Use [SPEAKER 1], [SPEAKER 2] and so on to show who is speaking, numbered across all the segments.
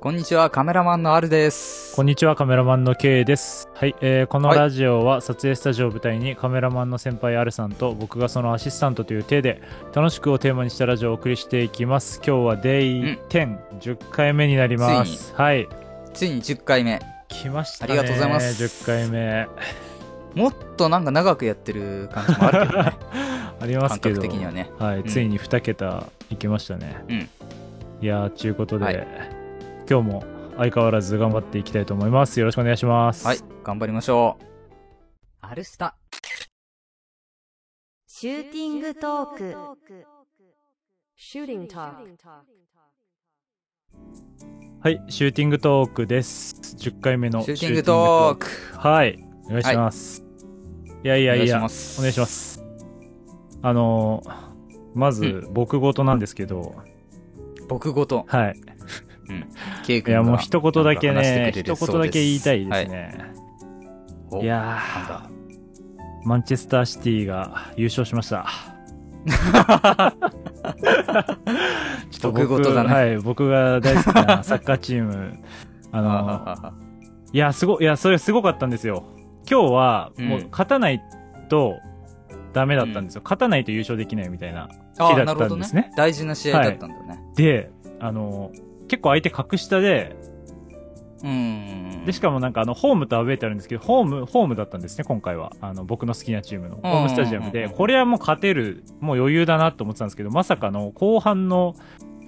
[SPEAKER 1] こんにちは、カメラマンのあるです。
[SPEAKER 2] こんにちは、カメラマンの K です。はい、えーこの
[SPEAKER 1] はい
[SPEAKER 2] ラジオは撮影スタジオを舞台にカメラマンの先輩 R さんと僕がそのアシスタントという体で楽しくをテーマにしたラジオをお送りしていきます。今日は
[SPEAKER 1] ん
[SPEAKER 2] Day10、10回目になりま
[SPEAKER 1] つ
[SPEAKER 2] す。はい、
[SPEAKER 1] ついに10回目。
[SPEAKER 2] 来ました
[SPEAKER 1] あ
[SPEAKER 2] ね。
[SPEAKER 1] りがとうございます
[SPEAKER 2] 10回目。
[SPEAKER 1] もっとなんか長くやってる感じもあるけどね、
[SPEAKER 2] あり ま
[SPEAKER 1] 感
[SPEAKER 2] すけど。
[SPEAKER 1] 覚的にはね。
[SPEAKER 2] はい、
[SPEAKER 1] ん
[SPEAKER 2] ついに2桁いきましたね。
[SPEAKER 1] うん
[SPEAKER 2] いやー、ちゅうことで、
[SPEAKER 1] はい
[SPEAKER 2] 今日も相変わらず頑張っていきたいと思います。よろしくお願いします。
[SPEAKER 1] はい、頑張りましょう。あるスタ。
[SPEAKER 3] シューティングトーク。Shooting Talk.
[SPEAKER 2] はい、シューティングトークです。10回目の
[SPEAKER 1] シューティングトーク。
[SPEAKER 2] シューティングトーク。はい、お願いします。い、やいやいや、お願いし
[SPEAKER 1] す
[SPEAKER 2] ます。あのーまず、僕事なんですけど、
[SPEAKER 1] 僕ごと、
[SPEAKER 2] はい。
[SPEAKER 1] ケイ
[SPEAKER 2] い
[SPEAKER 1] 君
[SPEAKER 2] や、
[SPEAKER 1] が
[SPEAKER 2] もう一言だけ
[SPEAKER 1] なんか話
[SPEAKER 2] ね
[SPEAKER 1] し、てくれ
[SPEAKER 2] 一
[SPEAKER 1] るそう
[SPEAKER 2] 言だけ言いたいです。ね。、
[SPEAKER 1] はいい、や、
[SPEAKER 2] や
[SPEAKER 1] なんだ
[SPEAKER 2] ー、マンチェスターシティが優勝し ました。ちょっと僕
[SPEAKER 1] 僕事だね
[SPEAKER 2] はい、僕が大好きなサッカーチーム、あ
[SPEAKER 1] あは
[SPEAKER 2] のー
[SPEAKER 1] ははい
[SPEAKER 2] や、すごい、いや、それすごかったんですよ。今日は、
[SPEAKER 1] うん
[SPEAKER 2] もう、勝たないと、ダメだったんですよ、勝たないと優勝できないみたいな。
[SPEAKER 1] あー、
[SPEAKER 2] 日
[SPEAKER 1] なる
[SPEAKER 2] だっ
[SPEAKER 1] ほ
[SPEAKER 2] た
[SPEAKER 1] ど
[SPEAKER 2] んですね
[SPEAKER 1] ね。大事な試合だったんだよね。
[SPEAKER 2] で、あの、結構相手格下で、
[SPEAKER 1] うーん。
[SPEAKER 2] で、しかもなんか、あの、ホームとアウェイってあるんですけど、ホーム、ホームだったんですね、今回は。あの、僕の好きなチームの、ホームスタジアム
[SPEAKER 1] うんうん
[SPEAKER 2] で、
[SPEAKER 1] うん
[SPEAKER 2] これはもう勝てる、もう余裕だなと思ってたんですけど、まさかの、後半の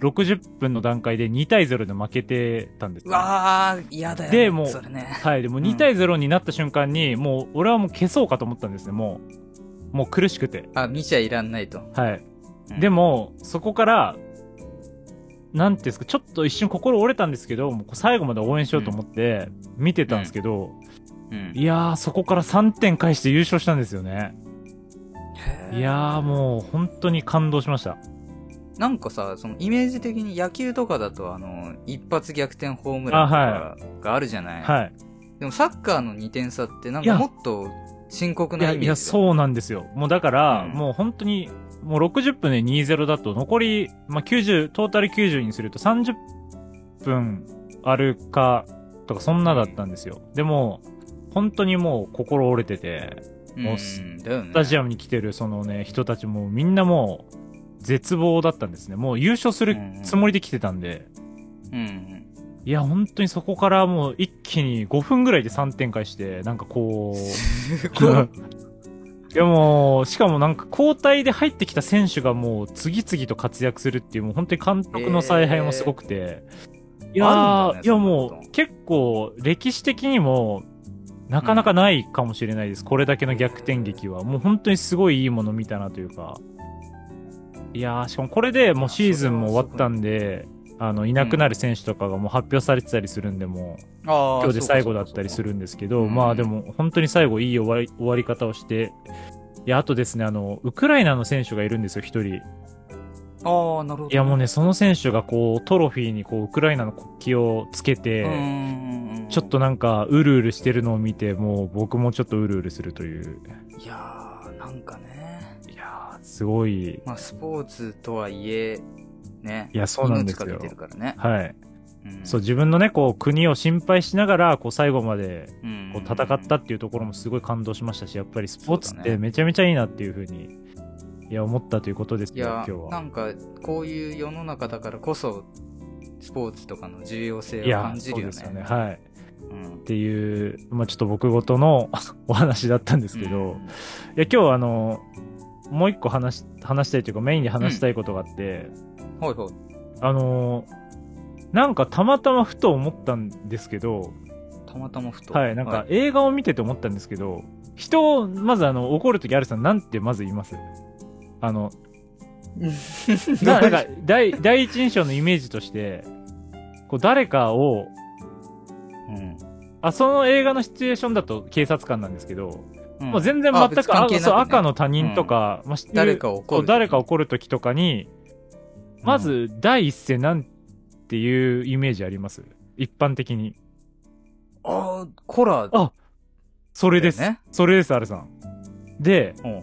[SPEAKER 2] 60分の段階で2対0で負けてたんです
[SPEAKER 1] う
[SPEAKER 2] よね
[SPEAKER 1] わー、嫌だよ、ね。
[SPEAKER 2] でもう
[SPEAKER 1] それね。
[SPEAKER 2] はい、でも
[SPEAKER 1] ん
[SPEAKER 2] 2対0になった瞬間に、もう俺はもう消そうかと思ったんですね、もう。もう苦しくて。
[SPEAKER 1] あ、見ちゃいらんないと。
[SPEAKER 2] はい。
[SPEAKER 1] うん
[SPEAKER 2] で、も、そこから、なんていうんですか、ちょっと一瞬心折れたんですけど、もう最後まで応援しようと思って、見てたんですけど、
[SPEAKER 1] うん
[SPEAKER 2] いやー、そこから3点返して優勝したんですよね。
[SPEAKER 1] へー
[SPEAKER 2] いやー、もう本当に感動しました。
[SPEAKER 1] なんかさ、そのイメージ的に野球とかだと、あの、一発逆転ホームランとかがあるじゃない。
[SPEAKER 2] はい。
[SPEAKER 1] でもサッカーの2点差って、なん
[SPEAKER 2] い
[SPEAKER 1] か
[SPEAKER 2] や
[SPEAKER 1] もっと深刻
[SPEAKER 2] い
[SPEAKER 1] な
[SPEAKER 2] や、
[SPEAKER 1] イメージ
[SPEAKER 2] いや、
[SPEAKER 1] う。
[SPEAKER 2] そうなんですよ。もうだから、
[SPEAKER 1] うん
[SPEAKER 2] もう本当に、もう60分で2-0だと、残り、まあ、90、トータル90にすると30分あるか、とか、そんなだったんですよ。でも、本当にもう心折れてて、もうす
[SPEAKER 1] ん、だよね。
[SPEAKER 2] スタジアムに来てるそのね、人たちもみんなもう、絶望だったんですね。もう優勝するつもりで来てたんで、
[SPEAKER 1] うん
[SPEAKER 2] いや、本当にそこからもう一気に5分ぐらいで3点返して、なんかこ
[SPEAKER 1] うん。
[SPEAKER 2] う、
[SPEAKER 1] すごい。うん
[SPEAKER 2] いやもう、しかもなんか交代で入ってきた選手がもう次々と活躍するっていう、もう本当に監督の采配もすごくて。いや
[SPEAKER 1] あるん
[SPEAKER 2] ー、
[SPEAKER 1] だね
[SPEAKER 2] いや
[SPEAKER 1] そんな
[SPEAKER 2] も
[SPEAKER 1] こと
[SPEAKER 2] う結構歴史的にもなかなかないかもしれないです。これだけの逆転劇は。もう本当にすごいいいもの見たなというか。いやー、しかもこれでもうシーズンも終わったんで、あの、いなくなる選手とかがもう発表されてたりするんで、もう。
[SPEAKER 1] ああ、
[SPEAKER 2] 今日で最後だったりするんですけ
[SPEAKER 1] そう
[SPEAKER 2] ど、
[SPEAKER 1] かそうか
[SPEAKER 2] まあでも本当に最後いい終わり終わり方をして、いや、あとですね、あの、ウクライナの選手がいるんですよ、一人。
[SPEAKER 1] そうか。ああ、なるほど。
[SPEAKER 2] いや、もうね、その選手がこう、トロフィーにこう、ウクライナの国旗をつけ
[SPEAKER 1] う
[SPEAKER 2] て、
[SPEAKER 1] ん。
[SPEAKER 2] ちょっとなんか、うるうるしてるのを見て、もう僕もちょっとうるうるするという。
[SPEAKER 1] いやー、なんかね。
[SPEAKER 2] いやー、すごい。
[SPEAKER 1] まあ、スポーツとはいえ、ね。
[SPEAKER 2] いや、そうなんです
[SPEAKER 1] 命か
[SPEAKER 2] よ
[SPEAKER 1] けて。るからね。
[SPEAKER 2] はい。
[SPEAKER 1] ん
[SPEAKER 2] そう、自分のね、こう、国を心配しながら、こう、最後まで、
[SPEAKER 1] うん
[SPEAKER 2] こう、戦ったっていうところもすごい感動しましたし、やっぱりスポーツ
[SPEAKER 1] そう
[SPEAKER 2] っ
[SPEAKER 1] だね
[SPEAKER 2] てめちゃめちゃいいなっていうふうに、いや、思ったということです
[SPEAKER 1] い
[SPEAKER 2] よ、
[SPEAKER 1] や
[SPEAKER 2] 今日は
[SPEAKER 1] な。んかこういう世の中だからこそスポーツとかの重要性
[SPEAKER 2] い
[SPEAKER 1] を
[SPEAKER 2] や
[SPEAKER 1] 感、じ
[SPEAKER 2] そう
[SPEAKER 1] るよ
[SPEAKER 2] で
[SPEAKER 1] ね
[SPEAKER 2] すよね。はい。っ
[SPEAKER 1] うん
[SPEAKER 2] ていう、まあちょっと僕ごとのお話だったんですけど、いや、今日あの、もう一個話し、話したいというか、メインで話したいことがあって、
[SPEAKER 1] うんはいはい
[SPEAKER 2] あの、なんかたまたまふと思ったんですけど、
[SPEAKER 1] たまたまふと
[SPEAKER 2] はい、なんか映画を見てて思ったんですけど、人を、まずあの、怒るとき、アルさん、なんてまず言いますあの、 ななんか、第、第一印象のイメージとして、こう、誰かを、
[SPEAKER 1] うん
[SPEAKER 2] あ、その映画のシチュエーションだと警察官なんですけど、
[SPEAKER 1] うん
[SPEAKER 2] もう全然
[SPEAKER 1] あ
[SPEAKER 2] 全
[SPEAKER 1] 別に
[SPEAKER 2] く、
[SPEAKER 1] 関
[SPEAKER 2] あ
[SPEAKER 1] 係なくね
[SPEAKER 2] そう赤の他人とか、まあ知ってる
[SPEAKER 1] 誰かを怒る
[SPEAKER 2] そう誰か怒るときとかに、まず、第一声なんていうイメージあります一般的に。
[SPEAKER 1] あーコラ
[SPEAKER 2] あそれです。
[SPEAKER 1] だよね
[SPEAKER 2] それです、アルさん。で、
[SPEAKER 1] うん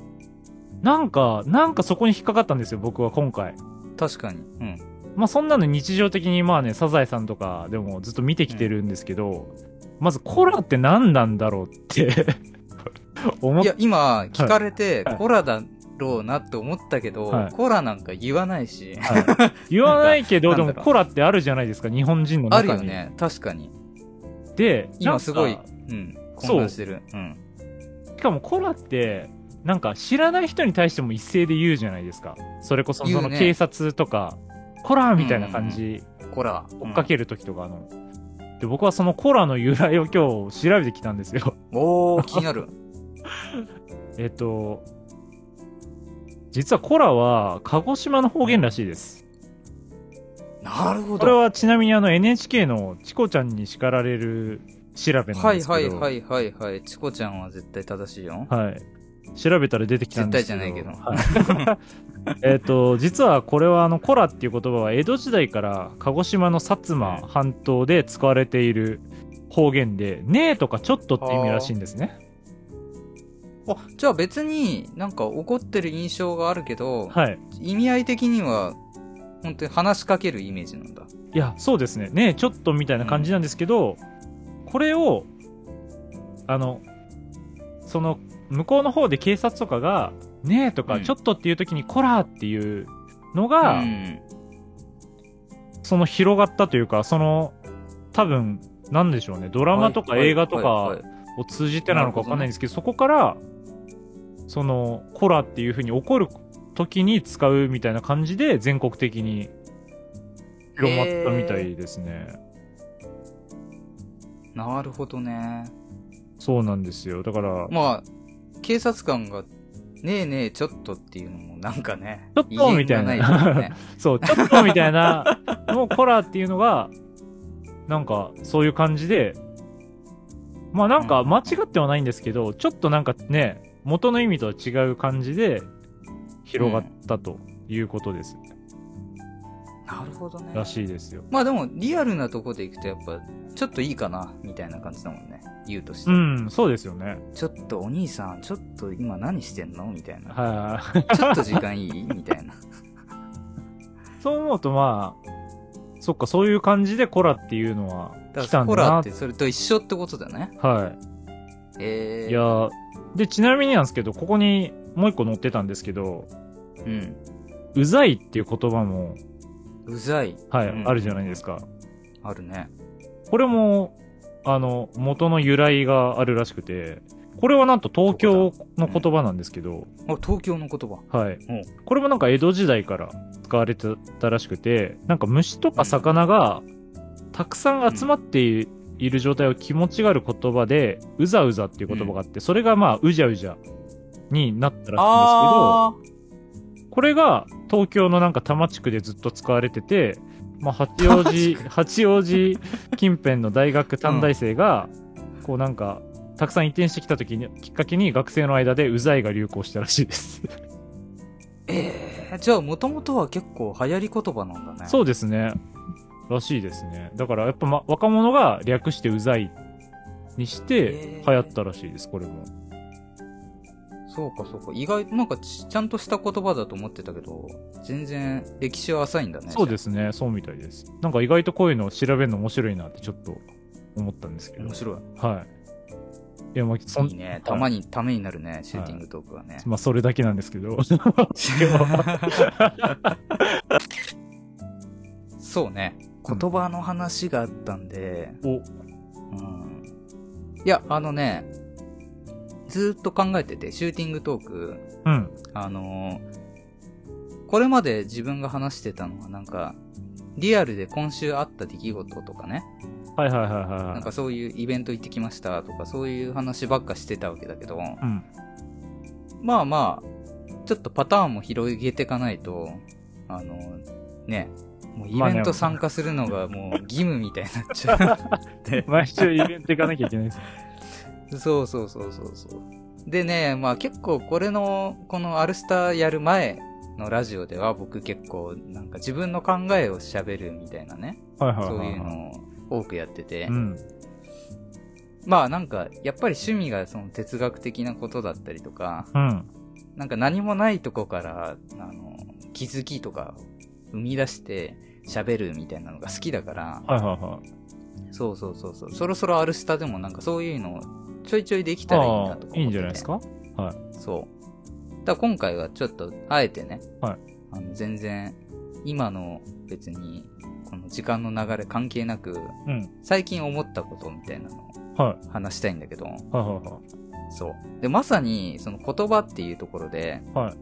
[SPEAKER 2] なんか、なんかそこに引っかかったんですよ、僕は今回。
[SPEAKER 1] 確かにうん
[SPEAKER 2] まあそんなの日常的にまあね、サザエさんとかでもずっと見てきてるんですけど、まずコラって何なんだろうって 思っ
[SPEAKER 1] いや、今、聞かれて、
[SPEAKER 2] はい
[SPEAKER 1] コラだろうなって思ったけど、
[SPEAKER 2] はい
[SPEAKER 1] コラなんか言わない し、
[SPEAKER 2] はい言わないけど、
[SPEAKER 1] なん
[SPEAKER 2] で
[SPEAKER 1] か
[SPEAKER 2] もコラってあるじゃないですか、日本人の
[SPEAKER 1] あ
[SPEAKER 2] 中
[SPEAKER 1] る
[SPEAKER 2] に。
[SPEAKER 1] よね。確かに。
[SPEAKER 2] で、なん
[SPEAKER 1] 今
[SPEAKER 2] か
[SPEAKER 1] すごい、うん、混乱してる。うん。
[SPEAKER 2] しかもコラって、なんか知らない人に対しても一斉で言うじゃないですか。それこそ
[SPEAKER 1] 言
[SPEAKER 2] そう
[SPEAKER 1] ね
[SPEAKER 2] の警察とか、コラみたいな感じ、
[SPEAKER 1] コラ。
[SPEAKER 2] 追っかける時とかあの、で、僕はそのコラの由来を今日調べてきたんですよ。
[SPEAKER 1] うんおー、気になる。
[SPEAKER 2] えっと、実はコラは鹿児島の方言らしいです。
[SPEAKER 1] なるほ
[SPEAKER 2] これ
[SPEAKER 1] ど。
[SPEAKER 2] はちなみにあの NHK のチコちゃんに叱られる調べな
[SPEAKER 1] は
[SPEAKER 2] んで
[SPEAKER 1] い
[SPEAKER 2] すけど。
[SPEAKER 1] はいはいはいはい。チコちゃんは絶対正しいよ。
[SPEAKER 2] はい。調べたら出てきたんですけど。
[SPEAKER 1] 絶対じゃ
[SPEAKER 2] はい えっと、実はこれはあの、コラっていう言葉は江戸時代から鹿児島の薩摩半島で使われている方言で、ねえとかちょっとって意味らしいんですね。
[SPEAKER 1] あ、じゃあ別になんか怒ってる印象があるけど、
[SPEAKER 2] はい。
[SPEAKER 1] 意味合い的には、本当に話しかけるイメージなんだ。
[SPEAKER 2] いや、そうですね。ねえちょっとみたいな感じなんですけど、これを、あの、その、向こうの方で警察とかが、ねえと
[SPEAKER 1] う
[SPEAKER 2] か
[SPEAKER 1] ん
[SPEAKER 2] ちょっとっていう時にコラっていうのが、
[SPEAKER 1] うん
[SPEAKER 2] その広がったというか、その、多分、なんでしょうね、ドラマとか
[SPEAKER 1] はいはい
[SPEAKER 2] 映画と
[SPEAKER 1] はい
[SPEAKER 2] か
[SPEAKER 1] はい
[SPEAKER 2] を通じてなのかわかんないんですけど、そこから、その、コラっていう風に怒る時に使うみたいな感じで、全国的に広まったみたいですね。
[SPEAKER 1] なるほどね。
[SPEAKER 2] そうなんですよ。だから、
[SPEAKER 1] まあ、警察官が、ねえねえ、ちょっとっていうのもなんかね。
[SPEAKER 2] ちょっとみたいな
[SPEAKER 1] 威厳が いというかね
[SPEAKER 2] そう、ちょっとみたいな、のをコラっていうのが、なんか、そういう感じで、まあなんか、間違ってはないんですけど、ちょっとなんかね、元の意味とは違う感じで、広がったということです。
[SPEAKER 1] なるほどね。
[SPEAKER 2] らしいですよ。
[SPEAKER 1] まあでも、リアルなとこで行くとやっぱ、ちょっといいかな、みたいな感じだもんね。言うとして。
[SPEAKER 2] うん、そうですよね。
[SPEAKER 1] ちょっとお兄さん、ちょっと今何してんのみたいな。
[SPEAKER 2] はい、
[SPEAKER 1] ちょっと時間いいみたい な。
[SPEAKER 2] そう思うと、まあ、そっか、そういう感じでコラっていうのは
[SPEAKER 1] だ
[SPEAKER 2] 来
[SPEAKER 1] か
[SPEAKER 2] た
[SPEAKER 1] ら、
[SPEAKER 2] ん
[SPEAKER 1] ホ
[SPEAKER 2] だ
[SPEAKER 1] ラー
[SPEAKER 2] な
[SPEAKER 1] ってそれと一緒ってことだね。
[SPEAKER 2] はい。
[SPEAKER 1] えー。
[SPEAKER 2] いやーで、ちなみになんですけど、ここにもう一個載ってたんですけど、
[SPEAKER 1] うん。
[SPEAKER 2] うざいっていう言葉も、
[SPEAKER 1] うざい。
[SPEAKER 2] はい、
[SPEAKER 1] うん
[SPEAKER 2] あるじゃないですか。
[SPEAKER 1] あるね。
[SPEAKER 2] これも、あの、元の由来があるらしくて、これはなんと東京の言葉なんですけど、
[SPEAKER 1] あ、東京の言葉。
[SPEAKER 2] はい
[SPEAKER 1] うん。
[SPEAKER 2] これもなんか江戸時代から使われてたらしくて、なんか虫とか魚がたくさん集まっていいる状態を気持ちがある言葉で、うざうざっていう言葉があって、それがまあ、うじゃうじゃになったらしいんですけど、
[SPEAKER 1] あ
[SPEAKER 2] これが東京のなんか多摩地区でずっと使われてて、まあ、八
[SPEAKER 1] 多
[SPEAKER 2] 王子
[SPEAKER 1] 摩地区
[SPEAKER 2] 八王子近辺の大学短大生が、こうなんかたくさん移転してきた時にきっかけに学生の間でうざいが流行したらしいです
[SPEAKER 1] ーえー。じゃあ、もともとは結構流行り言葉なんだね。
[SPEAKER 2] そうですねらしいですねだからやっぱ、ま、若者が略してうざいにして
[SPEAKER 1] へー
[SPEAKER 2] 流行ったらしいですこれも
[SPEAKER 1] そうかそうか。意外、なんかちちゃんとした言葉だと思ってたけど、全然歴史は浅いんだね。
[SPEAKER 2] そうですねそうみたいですなんか意外とこういうのを調べるの面白いなってちょっと思ったんですけ
[SPEAKER 1] じゃあ
[SPEAKER 2] ど
[SPEAKER 1] 面白い。
[SPEAKER 2] はいいやまあそ
[SPEAKER 1] いいね。たまに、ためになるね、シューティングトークはね。
[SPEAKER 2] まあ、それだけなんですけど。
[SPEAKER 1] そうね。言葉の話があったんで、
[SPEAKER 2] お、
[SPEAKER 1] うん。いや、あのね、ずーっと考えてて、シューティングトーク、
[SPEAKER 2] うん。
[SPEAKER 1] あのーこれまで自分が話してたのはなんか、リアルで今週あった出来事とかね、
[SPEAKER 2] はいはいはいはいはい。
[SPEAKER 1] なんかそういうイベント行ってきましたとか、そういう話ばっかしてたわけだけど、
[SPEAKER 2] うん。
[SPEAKER 1] まあまあ、ちょっとパターンも広げていかないと、あの、ね、もうイ
[SPEAKER 2] まあ
[SPEAKER 1] ベ
[SPEAKER 2] ね
[SPEAKER 1] ント参加するのがもう義務みたいになっちゃ
[SPEAKER 2] 毎週イベント行かなきゃいけないです。
[SPEAKER 1] う。 そうそうそうそうそう。でね、まあ結構これの、このアルスターやる前のラジオでは僕結構なんか自分の考えを喋るみたいなね、
[SPEAKER 2] はいはいはい。
[SPEAKER 1] そういう。のを多くやってて、
[SPEAKER 2] うん。
[SPEAKER 1] まあなんかやっぱり趣味がその哲学的なことだったりとか、
[SPEAKER 2] うん。
[SPEAKER 1] なんか何もないとこから、あの、気づきとか生み出して、喋るみたいなのが好きだから、
[SPEAKER 2] はいはいはい。
[SPEAKER 1] そうそうそうそう。そろそろアルスタでもなんかそういうのちょいちょいできたらいいな
[SPEAKER 2] あ
[SPEAKER 1] とか思って
[SPEAKER 2] あ、
[SPEAKER 1] て
[SPEAKER 2] いいんじゃないですか
[SPEAKER 1] そう。だから今回はちょっとあえてね、
[SPEAKER 2] はい
[SPEAKER 1] あの全然今の別にこの時間の流れ関係なく
[SPEAKER 2] うん。
[SPEAKER 1] 最近思ったことみたいなのを
[SPEAKER 2] は
[SPEAKER 1] 話したいんだけど、
[SPEAKER 2] い。はいはい
[SPEAKER 1] そう。で、まさにその言葉っていうところで、
[SPEAKER 2] はい。はい。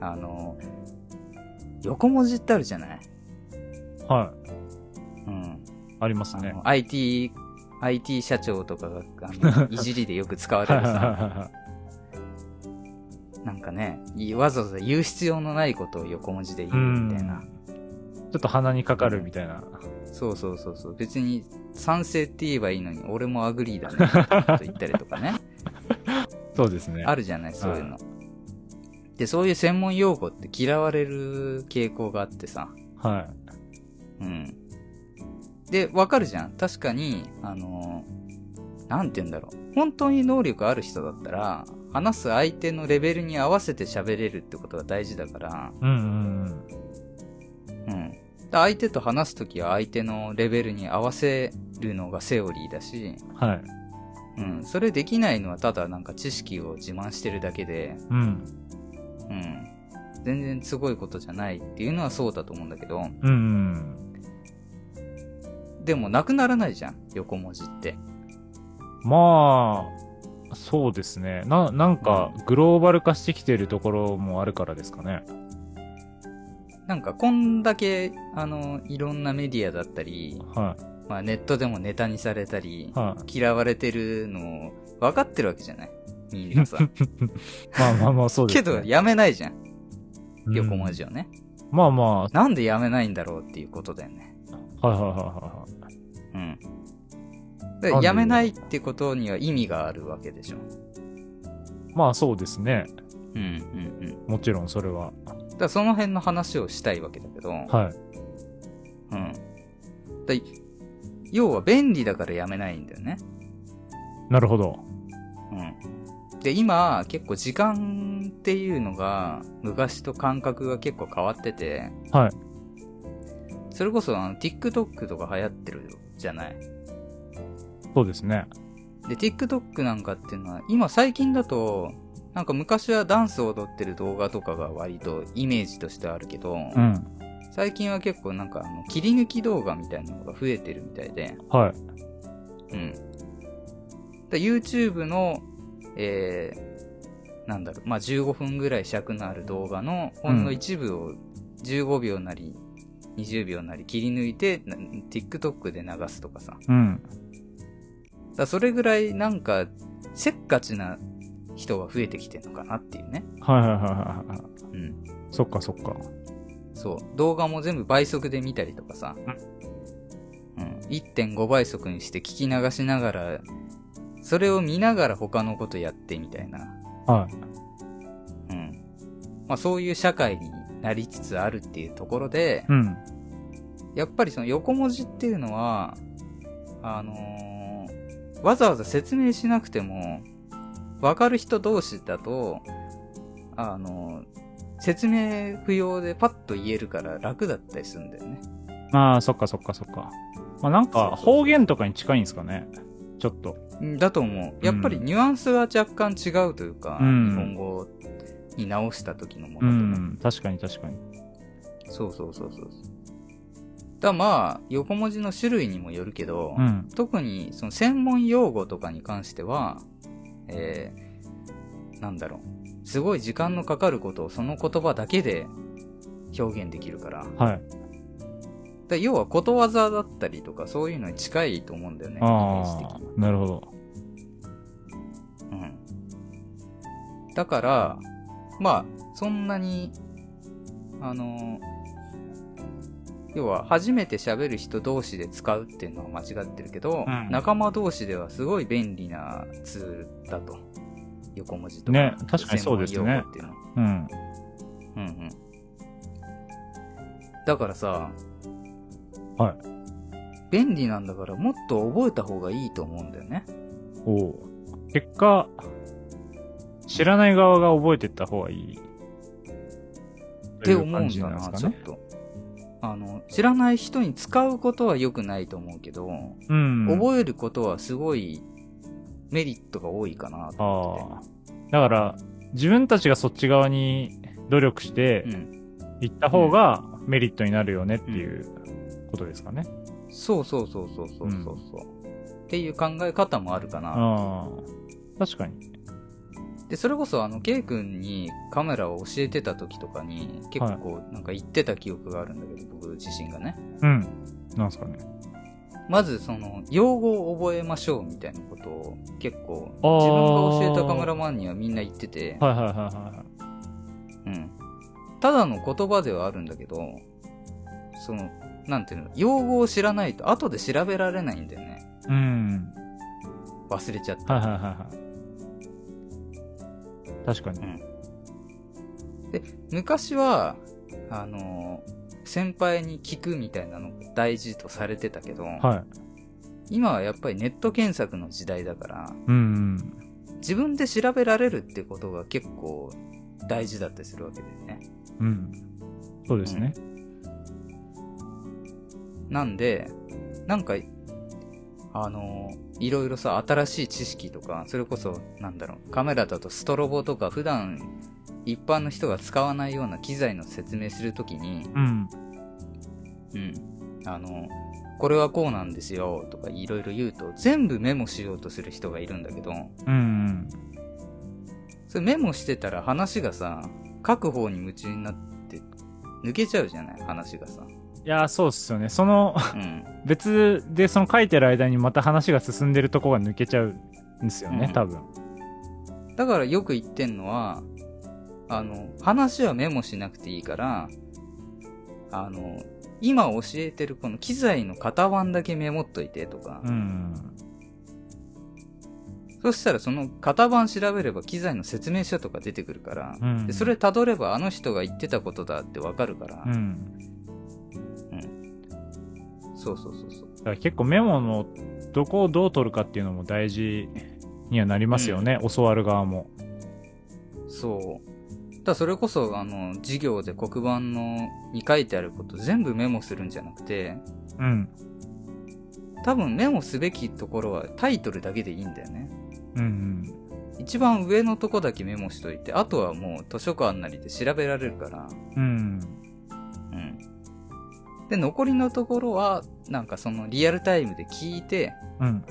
[SPEAKER 1] あの、横文字ってあるじゃない
[SPEAKER 2] はい。
[SPEAKER 1] うん。
[SPEAKER 2] あります
[SPEAKER 1] あの、
[SPEAKER 2] ね。
[SPEAKER 1] IT、IT 社長とかが、あのいじりでよく使わ
[SPEAKER 2] は
[SPEAKER 1] れ
[SPEAKER 2] いは
[SPEAKER 1] る
[SPEAKER 2] いは
[SPEAKER 1] さ、
[SPEAKER 2] いは
[SPEAKER 1] なんかね、いわざわざ言う必要のないことを横文字で
[SPEAKER 2] い。う
[SPEAKER 1] 言うみたいな。
[SPEAKER 2] ん。ちょっと鼻にかかるみたいな。
[SPEAKER 1] そうそうそうそう。別に賛成って言えばいいのに、俺もアグリーだね ってこと言ったりとかね。
[SPEAKER 2] そうですね。
[SPEAKER 1] あるじゃない、そういうの。で、そういう専門用語って嫌われる傾向があってさ。
[SPEAKER 2] は
[SPEAKER 1] うん。で、わかるじゃん。確かに、あのーなんて言うんだろう。本当に能力ある人だったら、話す相手のレベルに合わせて喋れるってことが大事だから、
[SPEAKER 2] い。うんうんうん。
[SPEAKER 1] うん。で相手と話すときは相手のレベルに合わせるのがセオリーだし、
[SPEAKER 2] はい。
[SPEAKER 1] うん、それできないのはただなんか知識を自慢してるだけで、
[SPEAKER 2] うん。
[SPEAKER 1] うん、全然すごいことじゃないっていうのはそうだと思うんだけど、
[SPEAKER 2] うんうん。
[SPEAKER 1] でもなくならないじゃん、横文字って。
[SPEAKER 2] まあ、そうですね。な、なんか、グローバル化してきてるところもあるからですかね。
[SPEAKER 1] なんかこんだけ、あの、いろんなメディアだったり、
[SPEAKER 2] は
[SPEAKER 1] まあネットでもネタにされたり
[SPEAKER 2] い。、はい。
[SPEAKER 1] 嫌われてるのを分かってるわけじゃないみんな さ。
[SPEAKER 2] まあまあまあ、そうです、
[SPEAKER 1] け
[SPEAKER 2] ね。
[SPEAKER 1] どやめないじゃん、
[SPEAKER 2] うん
[SPEAKER 1] 横文字をね。
[SPEAKER 2] まあま
[SPEAKER 1] なんでやめないんだろうっていうことだよね。
[SPEAKER 2] あ、はいはいはいは
[SPEAKER 1] うん。だからやめないってことには意味があるわけでしょ。
[SPEAKER 2] い。まあそうですね。
[SPEAKER 1] うんうんうん。
[SPEAKER 2] もちろんそれは。
[SPEAKER 1] だからその辺の話をしたいわけだけど、
[SPEAKER 2] はい。
[SPEAKER 1] うん。だ要は便利だからやめないんだよね。
[SPEAKER 2] なるほど。
[SPEAKER 1] うん。で、今、結構時間っていうのが、昔と感覚が結構変わってて、
[SPEAKER 2] はい。
[SPEAKER 1] それこそあの TikTok とか流行ってるじゃない。
[SPEAKER 2] そうですね。
[SPEAKER 1] で、TikTok なんかっていうのは、今最近だと、なんか昔はダンスを踊ってる動画とかが割とイメージとしてあるけど、
[SPEAKER 2] うん。
[SPEAKER 1] 最近は結構なんかあの切り抜き動画みたいなのが増えてるみたいで、
[SPEAKER 2] はい。
[SPEAKER 1] うん。だ YouTube の、えー、なんだろう、まあ、15分ぐらい尺のある動画のほんの一部を15秒なり20秒なり切り抜いてな TikTok で流すとかさ。
[SPEAKER 2] うん。
[SPEAKER 1] だからそれぐらいなんかせっかちな人が増えてきてるのかなっていうね。
[SPEAKER 2] はいはいはいはいはい。
[SPEAKER 1] うん。
[SPEAKER 2] そっかそっか。
[SPEAKER 1] そう。動画も全部倍速で見たりとかさ。うん。1.5倍速にして聞き流しながら、それを見ながら他のことやってみたいな。
[SPEAKER 2] はい。
[SPEAKER 1] うん。まあそういう社会になりつつあるっていうところで、
[SPEAKER 2] うん。
[SPEAKER 1] やっぱりその横文字っていうのは、あのーわざわざ説明しなくても、わかる人同士だと、あのー説明不要でパッと言えるから楽だったりするんだよね。
[SPEAKER 2] まあ、そっかそっかそっか。まあなんか、方言とかに近いんですかね。ちょっと。
[SPEAKER 1] うんだと思う。やっぱりニュアンスは若干違うというか、
[SPEAKER 2] うん
[SPEAKER 1] 日本語に直した時のもの
[SPEAKER 2] う
[SPEAKER 1] とね。
[SPEAKER 2] ん。確かに確かに。
[SPEAKER 1] そうそうそうそう。だからまあ、横文字の種類にもよるけど、
[SPEAKER 2] うん。
[SPEAKER 1] 特にその専門用語とかに関しては、えーなんだろう。すごい時間のかかることをその言葉だけで表現できるから。だか
[SPEAKER 2] はい。
[SPEAKER 1] ら要はことわざだったりとかそういうのに近いと思うんだよね。イメージ
[SPEAKER 2] あ
[SPEAKER 1] 的に。
[SPEAKER 2] あ、なるほど。
[SPEAKER 1] うん。だから、まあ、そんなに、あの、要は初めて喋る人同士で使うっていうのは間違ってるけど、
[SPEAKER 2] うん
[SPEAKER 1] 仲間同士ではすごい便利なツールだと。横文字とか。
[SPEAKER 2] ね確かにそうですね
[SPEAKER 1] 専門用語っていうのは
[SPEAKER 2] うん。
[SPEAKER 1] うんうん。だからさ、
[SPEAKER 2] はい。
[SPEAKER 1] 便利なんだからもっと覚えた方がいいと思うんだよね。
[SPEAKER 2] おう結果、知らない側が覚えてった方がいい。
[SPEAKER 1] って思うん
[SPEAKER 2] という
[SPEAKER 1] だな、
[SPEAKER 2] 感じんです
[SPEAKER 1] ち
[SPEAKER 2] か
[SPEAKER 1] ょっ
[SPEAKER 2] ね。
[SPEAKER 1] と。あの、知らない人に使うことは良くないと思うけど、
[SPEAKER 2] うん。
[SPEAKER 1] 覚えることはすごいメリットが多いかなと思
[SPEAKER 2] ああ。だから、自分たちがそっち側に努力して
[SPEAKER 1] ってて。うん。
[SPEAKER 2] 行った方がメリットになるよねっていうことですかね。
[SPEAKER 1] そうそうそうそうそうそうそう。っていう考え方もあるかな。
[SPEAKER 2] ああ。確かに。
[SPEAKER 1] で、それこそ、あの、ケイ君にカメラを教えてた時とかに、結構なんか言ってた記憶があるんだけど、僕自身がね。
[SPEAKER 2] うん。なんすかね。
[SPEAKER 1] まず、その、用語を覚えましょうみたいなことを、結構、
[SPEAKER 2] あー
[SPEAKER 1] 自分が教えたカメラマンにはみんな言ってて、
[SPEAKER 2] はいはいはいはいはい。
[SPEAKER 1] うん。ただの言葉ではあるんだけど、その、なんていうの、用語を知らないと、後で調べられないんだよね。
[SPEAKER 2] うん。
[SPEAKER 1] 忘れちゃって。
[SPEAKER 2] はいはいはいはい。確かに。
[SPEAKER 1] 昔は、あのー先輩に聞くみたいなのが大事とされてたけど、
[SPEAKER 2] はい。
[SPEAKER 1] 今はやっぱりネット検索の時代だから、
[SPEAKER 2] うん、
[SPEAKER 1] 自分で調べられるってことが結構大事だったりするわけだよね。
[SPEAKER 2] うん。うん。そうですね。
[SPEAKER 1] なんで、なんか、あのーいろいろさ、新しい知識とか、それこそ、なんだろう、カメラだとストロボとか、普段、一般の人が使わないような機材の説明するときに、
[SPEAKER 2] うん。
[SPEAKER 1] うん。あの、これはこうなんですよ、とかいろいろ言うと、全部メモしようとする人がいるんだけど、
[SPEAKER 2] うん。
[SPEAKER 1] それメモしてたら話がさ、書く方に夢中になって、抜けちゃうじゃない話がさ。
[SPEAKER 2] いやー、そうっすよね。その、
[SPEAKER 1] うん。
[SPEAKER 2] 別でその書いてる間にまた話が進んでるとこが抜けちゃうんですよね、
[SPEAKER 1] うん
[SPEAKER 2] 多分。
[SPEAKER 1] だからよく言ってんのは、あの、話はメモしなくていいから、あの、今教えてるこの機材の型番だけメモっといてとか、
[SPEAKER 2] うん。
[SPEAKER 1] そしたらその型番調べれば機材の説明書とか出てくるから、
[SPEAKER 2] うん
[SPEAKER 1] でそれ辿ればあの人が言ってたことだってわかるから、
[SPEAKER 2] うん。
[SPEAKER 1] そうそうそうそう
[SPEAKER 2] だから結構メモのどこをどう取るかっていうのも大事にはなりますよね、教わる側も。
[SPEAKER 1] そうだからそれこそあの授業で黒板のに書いてあること全部メモするんじゃなくて
[SPEAKER 2] うん。
[SPEAKER 1] 多分メモすべきところはタイトルだけでいいんだよね
[SPEAKER 2] うん
[SPEAKER 1] 一番上のとこだけメモしといてあとはもう図書館なりで調べられるから
[SPEAKER 2] うん。
[SPEAKER 1] う
[SPEAKER 2] うん。
[SPEAKER 1] んで残りのところはなんかそのリアルタイムで聞いて
[SPEAKER 2] うん。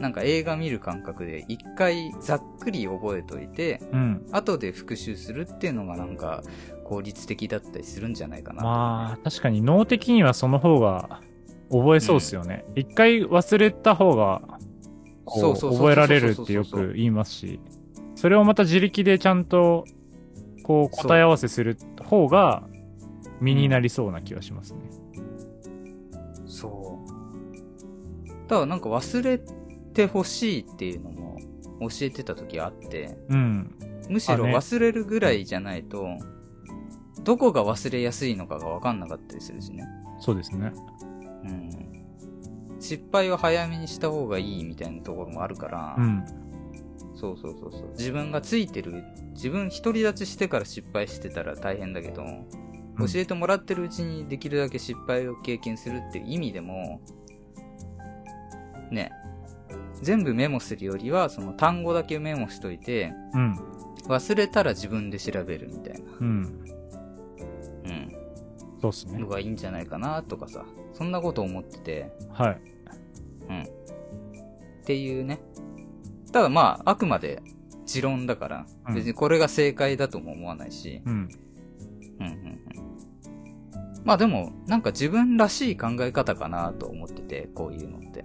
[SPEAKER 1] なんか映画見る感覚で一回ざっくり覚えといて、
[SPEAKER 2] うん。
[SPEAKER 1] 後で復習するっていうのがなんか効率的だったりするんじゃないかなと。
[SPEAKER 2] まあ、確かに脳的にはその方が覚えそうですよね。一、回忘れた方が、
[SPEAKER 1] そ
[SPEAKER 2] こ
[SPEAKER 1] う
[SPEAKER 2] う
[SPEAKER 1] そうそうそう
[SPEAKER 2] 覚えられるってよく言いますし、それをまた自力でちゃんと、こう、
[SPEAKER 1] そう
[SPEAKER 2] 答え合わせする方が、身になりそうな気がしますね。
[SPEAKER 1] そう。ただなんか忘れてほしいっていうのも教えてた時あって、
[SPEAKER 2] うん。
[SPEAKER 1] むしろ
[SPEAKER 2] あね
[SPEAKER 1] 忘れるぐらいじゃないと、どこが忘れやすいのかがわかんなかったりするしね。
[SPEAKER 2] そうですね。
[SPEAKER 1] うん。失敗は早めにした方がいいみたいなところもあるから、
[SPEAKER 2] うん。
[SPEAKER 1] そうそうそうそう自分がついてる自分独り立ちしてから失敗してたら大変だけど、
[SPEAKER 2] うん
[SPEAKER 1] 教えてもらってるうちにできるだけ失敗を経験するっていう意味でもね全部メモするよりはその単語だけメモしといて
[SPEAKER 2] うん。
[SPEAKER 1] 忘れたら自分で調べるみたいな、う
[SPEAKER 2] うん。
[SPEAKER 1] ん
[SPEAKER 2] そうっすね
[SPEAKER 1] の。がいいんじゃないかなとかさそんなこと思ってて
[SPEAKER 2] はい。
[SPEAKER 1] うんっていうねただまああくまで持論だから
[SPEAKER 2] うん
[SPEAKER 1] 別にこれが正解だとも思わないし、
[SPEAKER 2] うん。
[SPEAKER 1] うんうんうん。まあでも、なんか自分らしい考え方かなと思ってて、こういうのって。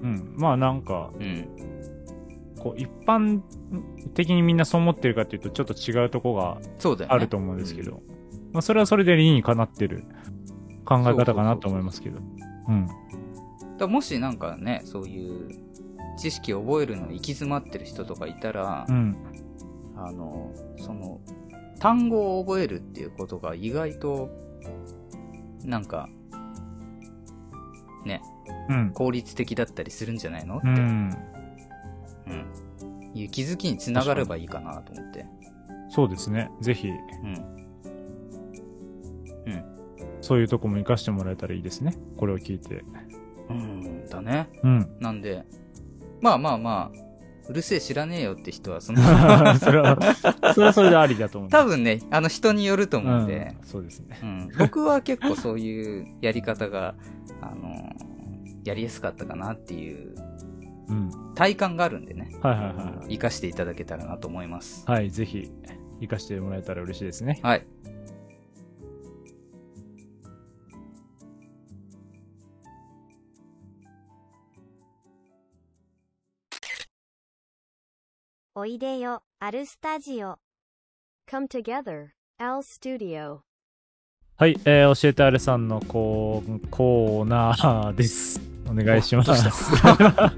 [SPEAKER 2] うん。まあなんか、
[SPEAKER 1] うん。
[SPEAKER 2] こう、一般的にみんなそう思ってるかっていうと、ちょっと違うとこが
[SPEAKER 1] そうだよね。
[SPEAKER 2] あると思うんですけど、まあ、それはそれで理にかなってる考え方かなと思いますけど。う
[SPEAKER 1] う
[SPEAKER 2] ん。
[SPEAKER 1] ん。だからもしなんかね、そういう知識を覚えるのに行き詰まってる人とかいたら、
[SPEAKER 2] うん。
[SPEAKER 1] あの、その、単語を覚えるっていうことが意外と、なんか、ね、
[SPEAKER 2] うん。
[SPEAKER 1] 効率的だったりするんじゃないのって、
[SPEAKER 2] う
[SPEAKER 1] うん
[SPEAKER 2] ん。
[SPEAKER 1] いう気づきにつながればいいかなと思って。
[SPEAKER 2] そうですね。ぜひ、
[SPEAKER 1] うん。うん。
[SPEAKER 2] そういうとこも活かしてもらえたらいいですね。これを聞いて。
[SPEAKER 1] うん、だね。
[SPEAKER 2] うん。
[SPEAKER 1] なんで、まあまあまあ、うるせえ知らねえよって人は、その
[SPEAKER 2] そ、 れは、それはそれでありだと思う。
[SPEAKER 1] 多分ね、あの人によると思うんで、
[SPEAKER 2] うん、そうですね。
[SPEAKER 1] うん、僕は結構そういうやり方が、あのやりやすかったかなっていう
[SPEAKER 2] うん。
[SPEAKER 1] 体感があるんでね、
[SPEAKER 2] はいはいは
[SPEAKER 1] 活かしていただけたらなと思います。
[SPEAKER 2] い。はい、ぜひ、活かしてもらえたら嬉しいですね。
[SPEAKER 1] はい。
[SPEAKER 3] おいでよ、アルスタジオ。
[SPEAKER 4] Come together, Al Studio.
[SPEAKER 2] はい、えー教えてあれさんのコーコーナーです。お願いします。
[SPEAKER 1] どう
[SPEAKER 2] は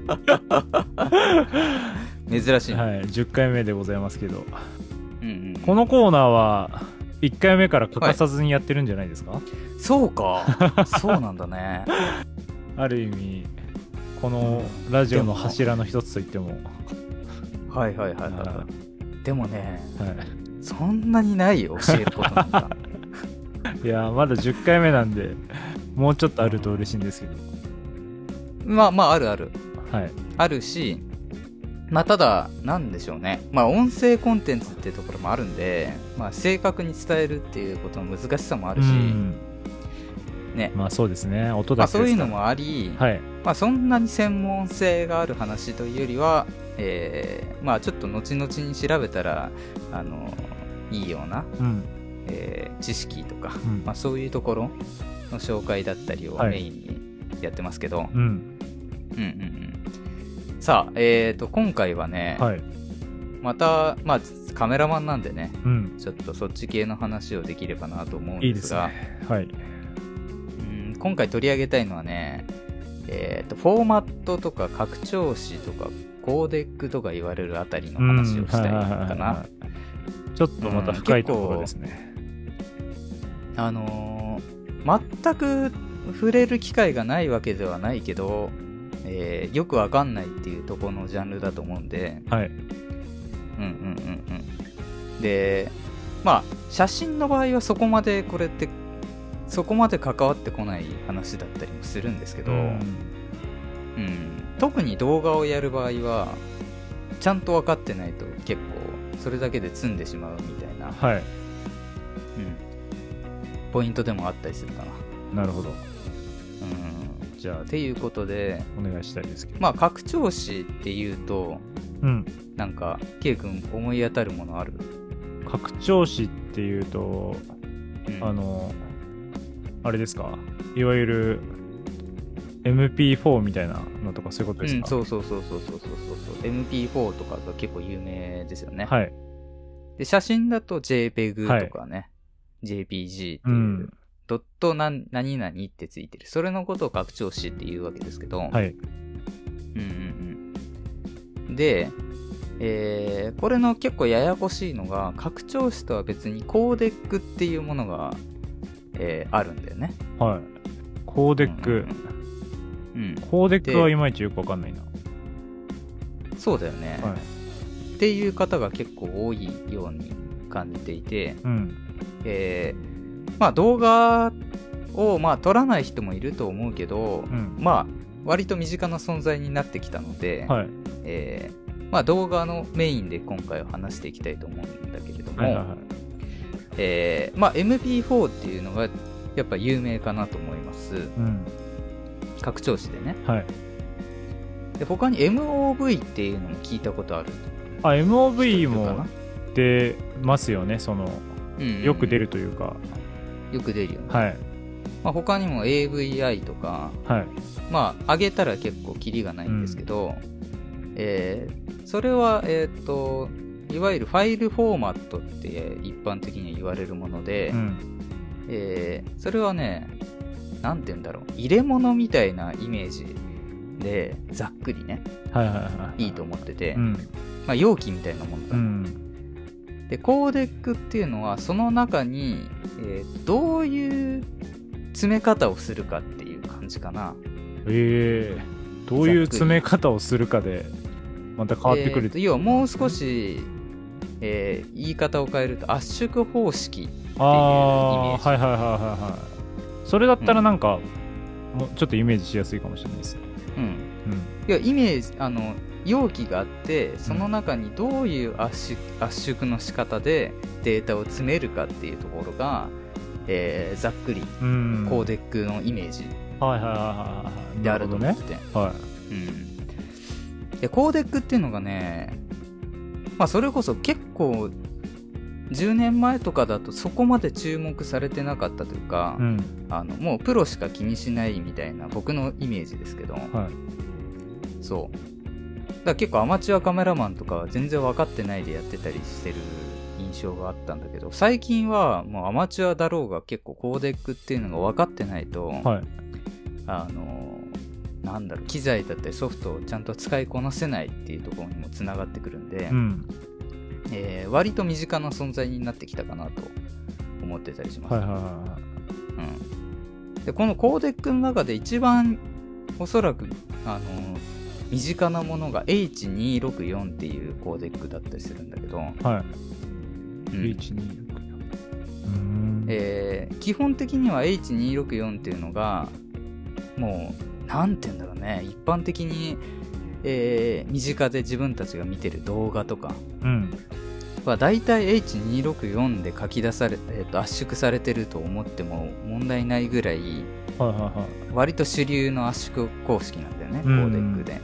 [SPEAKER 1] 珍
[SPEAKER 2] い、
[SPEAKER 1] しいな。
[SPEAKER 2] 10回目でございますけど、
[SPEAKER 1] うんうん、
[SPEAKER 2] このコーナーは、1回目から欠かさずにやってるんじゃないですか、
[SPEAKER 1] そう か。そうなんだね。
[SPEAKER 2] ある意味、このラジオの柱の一つと言っても、
[SPEAKER 1] はいはいはいはい
[SPEAKER 2] は
[SPEAKER 1] はい。でもね、
[SPEAKER 2] い
[SPEAKER 1] そんなにないよ、教えることなんか。
[SPEAKER 2] いやーまだ10回目なんで、もうちょっとあると嬉しいんですけど、
[SPEAKER 1] まあまあ、あるある。
[SPEAKER 2] はい。
[SPEAKER 1] あるし、まあただ、なんでしょうね。まあ音声コンテンツっていうところもあるんで、まあ正確に伝えるっていうことの難しさもあるし、
[SPEAKER 2] うん
[SPEAKER 1] ね
[SPEAKER 2] まあそうですね、音
[SPEAKER 1] ま
[SPEAKER 2] だ
[SPEAKER 1] あ
[SPEAKER 2] けですか
[SPEAKER 1] そういうのもあり、
[SPEAKER 2] はい、
[SPEAKER 1] まあそんなに専門性がある話というよりは、えーまあちょっと後々に調べたら、あの、いいような、
[SPEAKER 2] うん、
[SPEAKER 1] えー知識とか、
[SPEAKER 2] うん
[SPEAKER 1] まあそういうところの紹介だったりを
[SPEAKER 2] はい
[SPEAKER 1] メインにやってますけど、
[SPEAKER 2] うん、
[SPEAKER 1] うんうんうん。さあ、えっ、と、今回はね、
[SPEAKER 2] はい、
[SPEAKER 1] また、まあ、カメラマンなんでね、
[SPEAKER 2] うん、
[SPEAKER 1] ちょっとそっち系の話をできればなと思うん
[SPEAKER 2] い
[SPEAKER 1] で
[SPEAKER 2] いですす
[SPEAKER 1] が、
[SPEAKER 2] ね。はい、
[SPEAKER 1] うん今回取り上げたいのはね、えっ、と、フォーマットとか拡張子とか、コーデックとか言われるあたりの話をしたい
[SPEAKER 2] うんは
[SPEAKER 1] か
[SPEAKER 2] いはいはい
[SPEAKER 1] な
[SPEAKER 2] は。いちょっとまた深いところですね。
[SPEAKER 1] あのー全く触れる機会がないわけではないけど、えーよくわかんないっていうところのジャンルだと思うんで、
[SPEAKER 2] はい、
[SPEAKER 1] うんうんうんうん。で、まあ、写真の場合はそこまでこれって、そこまで関わってこない話だったりもするんですけど、
[SPEAKER 2] うん
[SPEAKER 1] うん、特に動画をやる場合はちゃんと分かってないと結構それだけで詰んでしまうみたいな、
[SPEAKER 2] はい、
[SPEAKER 1] うん、ポイントでもあったりするかな、
[SPEAKER 2] なるほど。
[SPEAKER 1] うん、
[SPEAKER 2] じゃあ
[SPEAKER 1] っ、ていうことで
[SPEAKER 2] お願いしたいですけど。
[SPEAKER 1] まあ拡張子っていうと
[SPEAKER 2] うん、
[SPEAKER 1] なんか K 君思い当たるものある、
[SPEAKER 2] 拡張子っていうと、
[SPEAKER 1] うん
[SPEAKER 2] あの、あれですか、いわゆる MP4 みたいなのとかそういうこと
[SPEAKER 1] う
[SPEAKER 2] です
[SPEAKER 1] ん、
[SPEAKER 2] か、
[SPEAKER 1] そうそうそうそうそうそうそう MP4 とかが結構有名ですよね、
[SPEAKER 2] はい、
[SPEAKER 1] で写真だと JPEG とかね、JPG っていう、
[SPEAKER 2] うん、
[SPEAKER 1] ドットなん何々ってついてる。それのことを拡張子っていうわけですけど。
[SPEAKER 2] はい、
[SPEAKER 1] うんうんうん。で、えーこれの結構ややこしいのが、拡張子とは別にコーデックっていうものが、えーあるんだよね。
[SPEAKER 2] はい。コーデッ
[SPEAKER 1] う
[SPEAKER 2] ク
[SPEAKER 1] ん、うん。
[SPEAKER 2] コーデックはいまいちよくわかんないな。
[SPEAKER 1] そうだよね、
[SPEAKER 2] はい、
[SPEAKER 1] っていう方が結構多いように感じていて、
[SPEAKER 2] うん、
[SPEAKER 1] えーまあ動画を、まあ撮らない人もいると思うけど、
[SPEAKER 2] うん、
[SPEAKER 1] まあ、割と身近な存在になってきたので、
[SPEAKER 2] はい、
[SPEAKER 1] えーまあ、動画のメインで今回は話していきたいと思うんだけれども、
[SPEAKER 2] はい、はい、はい。
[SPEAKER 1] えーまあ、MP4 っていうのがやっぱ有名かなと思います
[SPEAKER 2] うん、
[SPEAKER 1] 拡張子でね
[SPEAKER 2] はい。
[SPEAKER 1] で他に MOV っていうのも聞いたことある
[SPEAKER 2] あ、MOV
[SPEAKER 1] 人いるか
[SPEAKER 2] も
[SPEAKER 1] な
[SPEAKER 2] 出ますよね、その、
[SPEAKER 1] うんうんうん
[SPEAKER 2] よく出るというか、
[SPEAKER 1] よく出るよね、
[SPEAKER 2] はい、
[SPEAKER 1] まあ、他にも AVI とか
[SPEAKER 2] はい、
[SPEAKER 1] まあ上げたら結構キリがないんですけど、えーそれはえっ、といわゆるファイルフォーマットって一般的には言われるもので、
[SPEAKER 2] うん、
[SPEAKER 1] えーそれはね、なんて言うんだろう、入れ物みたいなイメージで、ざっくりね、
[SPEAKER 2] はい、はい、はい。
[SPEAKER 1] いいと思ってて、
[SPEAKER 2] うん、
[SPEAKER 1] まあ、容器みたいなもの
[SPEAKER 2] う
[SPEAKER 1] だ、
[SPEAKER 2] ん、
[SPEAKER 1] で、コーデックっていうのは、その中に、えーどういう詰め方をするかっていう感じかな。
[SPEAKER 2] ええどういう詰め方をするかで、また変わってく
[SPEAKER 1] え
[SPEAKER 2] る
[SPEAKER 1] ーと要はもう少し、えー言い方を変えると圧縮方式
[SPEAKER 2] あ
[SPEAKER 1] イ
[SPEAKER 2] あ
[SPEAKER 1] メージ
[SPEAKER 2] はいはいはいはそれだったらなんか、もうちょっとイメージしやすいかもしれないです。
[SPEAKER 1] うん
[SPEAKER 2] うん。
[SPEAKER 1] いやイメージあの容器があってその中にどういう圧縮圧縮の仕方でデータを詰めるかっていうところが、えーざっくり
[SPEAKER 2] うん。
[SPEAKER 1] コーデックのイメージ
[SPEAKER 2] はいはいはいはいはい。
[SPEAKER 1] であると思
[SPEAKER 2] な
[SPEAKER 1] っ
[SPEAKER 2] ほ
[SPEAKER 1] て
[SPEAKER 2] どね。
[SPEAKER 1] て、
[SPEAKER 2] は
[SPEAKER 1] うん、でコーデックっていうのがね、まあ、それこそ結構10年前とかだとそこまで注目されてなかったというか、
[SPEAKER 2] い。うん。
[SPEAKER 1] あのもうプロしか気にしないみたいな僕のイメージですけど、そうだから結構アマチュアカメラマンとかは全然分かってないでやってたりしてる印象があったんだけど最近はもうアマチュアだろうが結構コーデックっていうのが分かってないと、
[SPEAKER 2] はい。
[SPEAKER 1] あのなんだろう機材だったりソフトをちゃんと使いこなせないっていうところにもつながってくるんで、
[SPEAKER 2] うん。
[SPEAKER 1] えー割と身近な存在になってきたかなと思ってたりします、
[SPEAKER 2] はいはいは
[SPEAKER 1] うん、でこのコーデックの中で一番おそらくあの身近なものが H264 っていうコーデックだったりするんだけど、
[SPEAKER 2] いはい。は
[SPEAKER 1] う
[SPEAKER 2] い。
[SPEAKER 1] ん
[SPEAKER 2] H2 うーん。
[SPEAKER 1] えー基本的には H264 っていうのがもうなんて言うんだろうね一般的に、えー身近で自分たちが見てる動画とか
[SPEAKER 2] うん。
[SPEAKER 1] は大体 H264 で書き出され、えーと圧縮されてると思っても問題ないぐらい
[SPEAKER 2] はいはいはい。
[SPEAKER 1] 割と主流の圧縮公式なんだよね、
[SPEAKER 2] うん
[SPEAKER 1] コーデックで。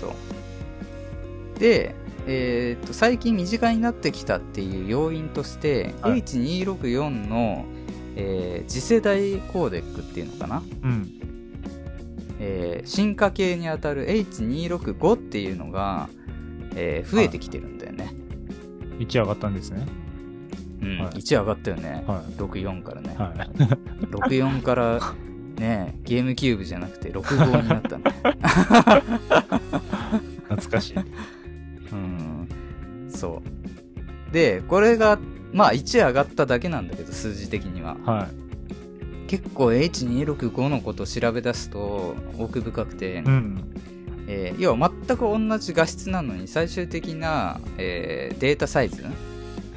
[SPEAKER 1] そうで、えーっと最近身近になってきたっていう要因として、
[SPEAKER 2] はい
[SPEAKER 1] H264 の、えー次世代コーデックっていうのかな、
[SPEAKER 2] うん。
[SPEAKER 1] えー進化系にあたる H265 っていうのが、えー増えてきてるんだよね。
[SPEAKER 2] 一上がったんですね。
[SPEAKER 1] うん
[SPEAKER 2] はい
[SPEAKER 1] 1上がったよね、
[SPEAKER 2] は
[SPEAKER 1] 64からね
[SPEAKER 2] い。。はい。
[SPEAKER 1] 64からね、ゲームキューブじゃなくて65になったんだよね
[SPEAKER 2] 懐かしい。
[SPEAKER 1] うん、そう。で、これが、まあ1上がっただけなんだけど、数字的には。
[SPEAKER 2] は
[SPEAKER 1] 結構 H265 のことを調べ出すと奥深くて
[SPEAKER 2] い。う、ん。
[SPEAKER 1] えー要は全く同じ画質なのに最終的な、えーデータサイズっ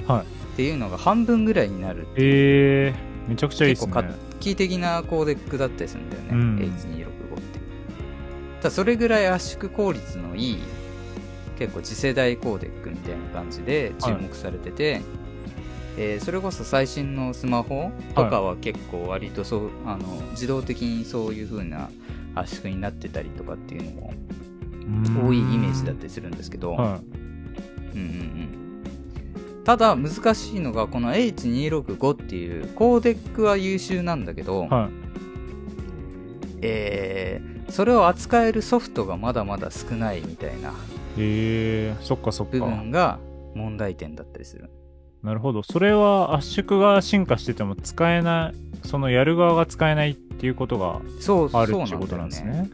[SPEAKER 2] はい。
[SPEAKER 1] ていうのが半分ぐらいになる。
[SPEAKER 2] えー、めちゃくちゃいいっすね。
[SPEAKER 1] 結構画期的なコーデックだったりするんだよね、
[SPEAKER 2] うん
[SPEAKER 1] H265 っていう。ただそれぐらい圧縮効率のいい、結構次世代コーデックみたいな感じで注目されてて、えーそれこそ最新のスマホとかは結構割とそう、あの自動的にそういう風な圧縮になってたりとかっていうのも多いイメージだったりするんですけど、
[SPEAKER 2] は
[SPEAKER 1] うんうんうんただ難しいのがこの H265 っていうコーデックは優秀なんだけど、
[SPEAKER 2] い。は。
[SPEAKER 1] えーそれを扱えるソフトがまだまだ少ないみたいない
[SPEAKER 2] えー、そっかそっ
[SPEAKER 1] 部
[SPEAKER 2] か。
[SPEAKER 1] 分が問題点だったりする。
[SPEAKER 2] なるほど。それは圧縮が進化してても使えない、そのやる側が使えないっていうことが
[SPEAKER 1] そう、
[SPEAKER 2] ある
[SPEAKER 1] そう
[SPEAKER 2] っていうことなんです
[SPEAKER 1] だよ
[SPEAKER 2] ね。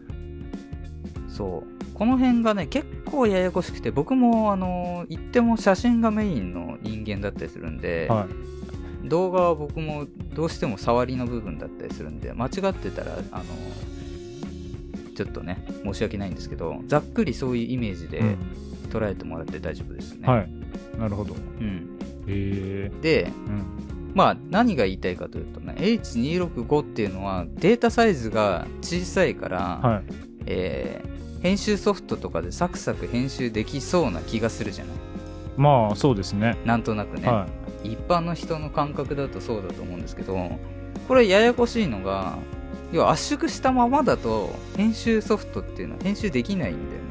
[SPEAKER 1] そう。この辺がね、結構ややこしくて、僕も、あのー、言っても写真がメインの人間だったりするんで、
[SPEAKER 2] はい。
[SPEAKER 1] 動画は僕もどうしても触りの部分だったりするんで、間違ってたら、あのー、ちょっとね、申し訳ないんですけど、ざっくりそういうイメージで
[SPEAKER 2] うん
[SPEAKER 1] 捉えてもらって大丈夫ですね。
[SPEAKER 2] はい。なるほど。
[SPEAKER 1] うん、
[SPEAKER 2] え
[SPEAKER 1] で、
[SPEAKER 2] ー、うん。
[SPEAKER 1] まあ何が言いたいかというとね H265 っていうのはデータサイズが小さいから、
[SPEAKER 2] はい。
[SPEAKER 1] えー編集ソフトとかでサクサク編集できそうな気がするじゃない
[SPEAKER 2] まあ、そうですね。
[SPEAKER 1] なんとなくね、
[SPEAKER 2] は
[SPEAKER 1] 一般の人の感覚だとそうだと思うんですけどこれややこしいのが要は圧縮したままだと編集ソフトっていうのは編集できないんだよね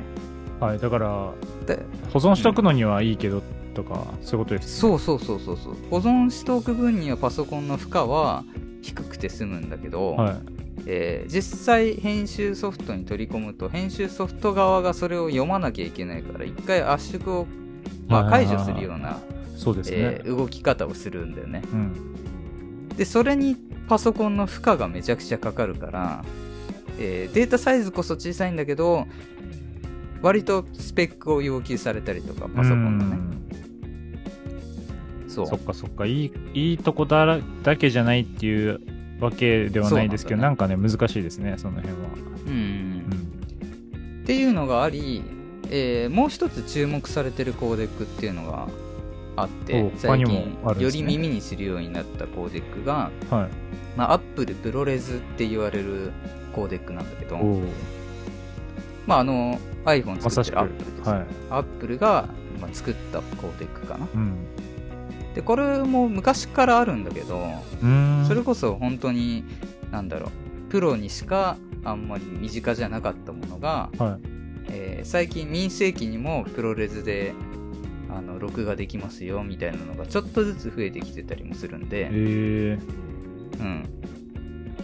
[SPEAKER 2] い。はい。だから、
[SPEAKER 1] で
[SPEAKER 2] 保存しとくのにはいいけど、とか、そういうことです。
[SPEAKER 1] そうそうそうそうそう保存しておく分にはパソコンの負荷は低くて済むんだけど、
[SPEAKER 2] は
[SPEAKER 1] えー実際編集ソフトに取り込むと編集ソフト側がそれを読まなきゃいけないから一回圧縮を、まあ、
[SPEAKER 2] はい
[SPEAKER 1] 解除するような、
[SPEAKER 2] い。そうですね。
[SPEAKER 1] えー動き方をするんだよね
[SPEAKER 2] うん。
[SPEAKER 1] でそれにパソコンの負荷がめちゃくちゃかかるから、えーデータサイズこそ小さいんだけど割とスペックを要求されたりとかパソコンの
[SPEAKER 2] う
[SPEAKER 1] ね
[SPEAKER 2] ん
[SPEAKER 1] そう
[SPEAKER 2] そっかそっかいいいいとこだらだけじゃないっていうわけではないですけど
[SPEAKER 1] そう
[SPEAKER 2] な
[SPEAKER 1] なん
[SPEAKER 2] かね難しいですねその辺は、
[SPEAKER 1] うんうんうん
[SPEAKER 2] うん、
[SPEAKER 1] っていうのがあり、えーもう一つ注目されてるコーデックっていうのが、あって
[SPEAKER 2] お他
[SPEAKER 1] 最
[SPEAKER 2] にも
[SPEAKER 1] 近
[SPEAKER 2] あるん
[SPEAKER 1] よ
[SPEAKER 2] ですね
[SPEAKER 1] り耳にするようになったコーデックが、
[SPEAKER 2] はい。
[SPEAKER 1] まあ、アップルプロレスって言われるコーデックなんだけど、
[SPEAKER 2] おー
[SPEAKER 1] まあ、あの iPhone
[SPEAKER 2] ま
[SPEAKER 1] 作
[SPEAKER 2] さ
[SPEAKER 1] っ
[SPEAKER 2] してく。
[SPEAKER 1] る
[SPEAKER 2] は
[SPEAKER 1] ア
[SPEAKER 2] い
[SPEAKER 1] ップルです、。アップルが、まあ、作ったコーデックかな
[SPEAKER 2] うん。
[SPEAKER 1] でこれも昔からあるんだけど
[SPEAKER 2] うーん。
[SPEAKER 1] それこそ本当になんだろうプロにしかあんまり身近じゃなかったものが、
[SPEAKER 2] は
[SPEAKER 1] えー最近民生期にもプロレスであの録画できますよみたいなのがちょっとずつ増えてきてたりもするんで、
[SPEAKER 2] え
[SPEAKER 1] うん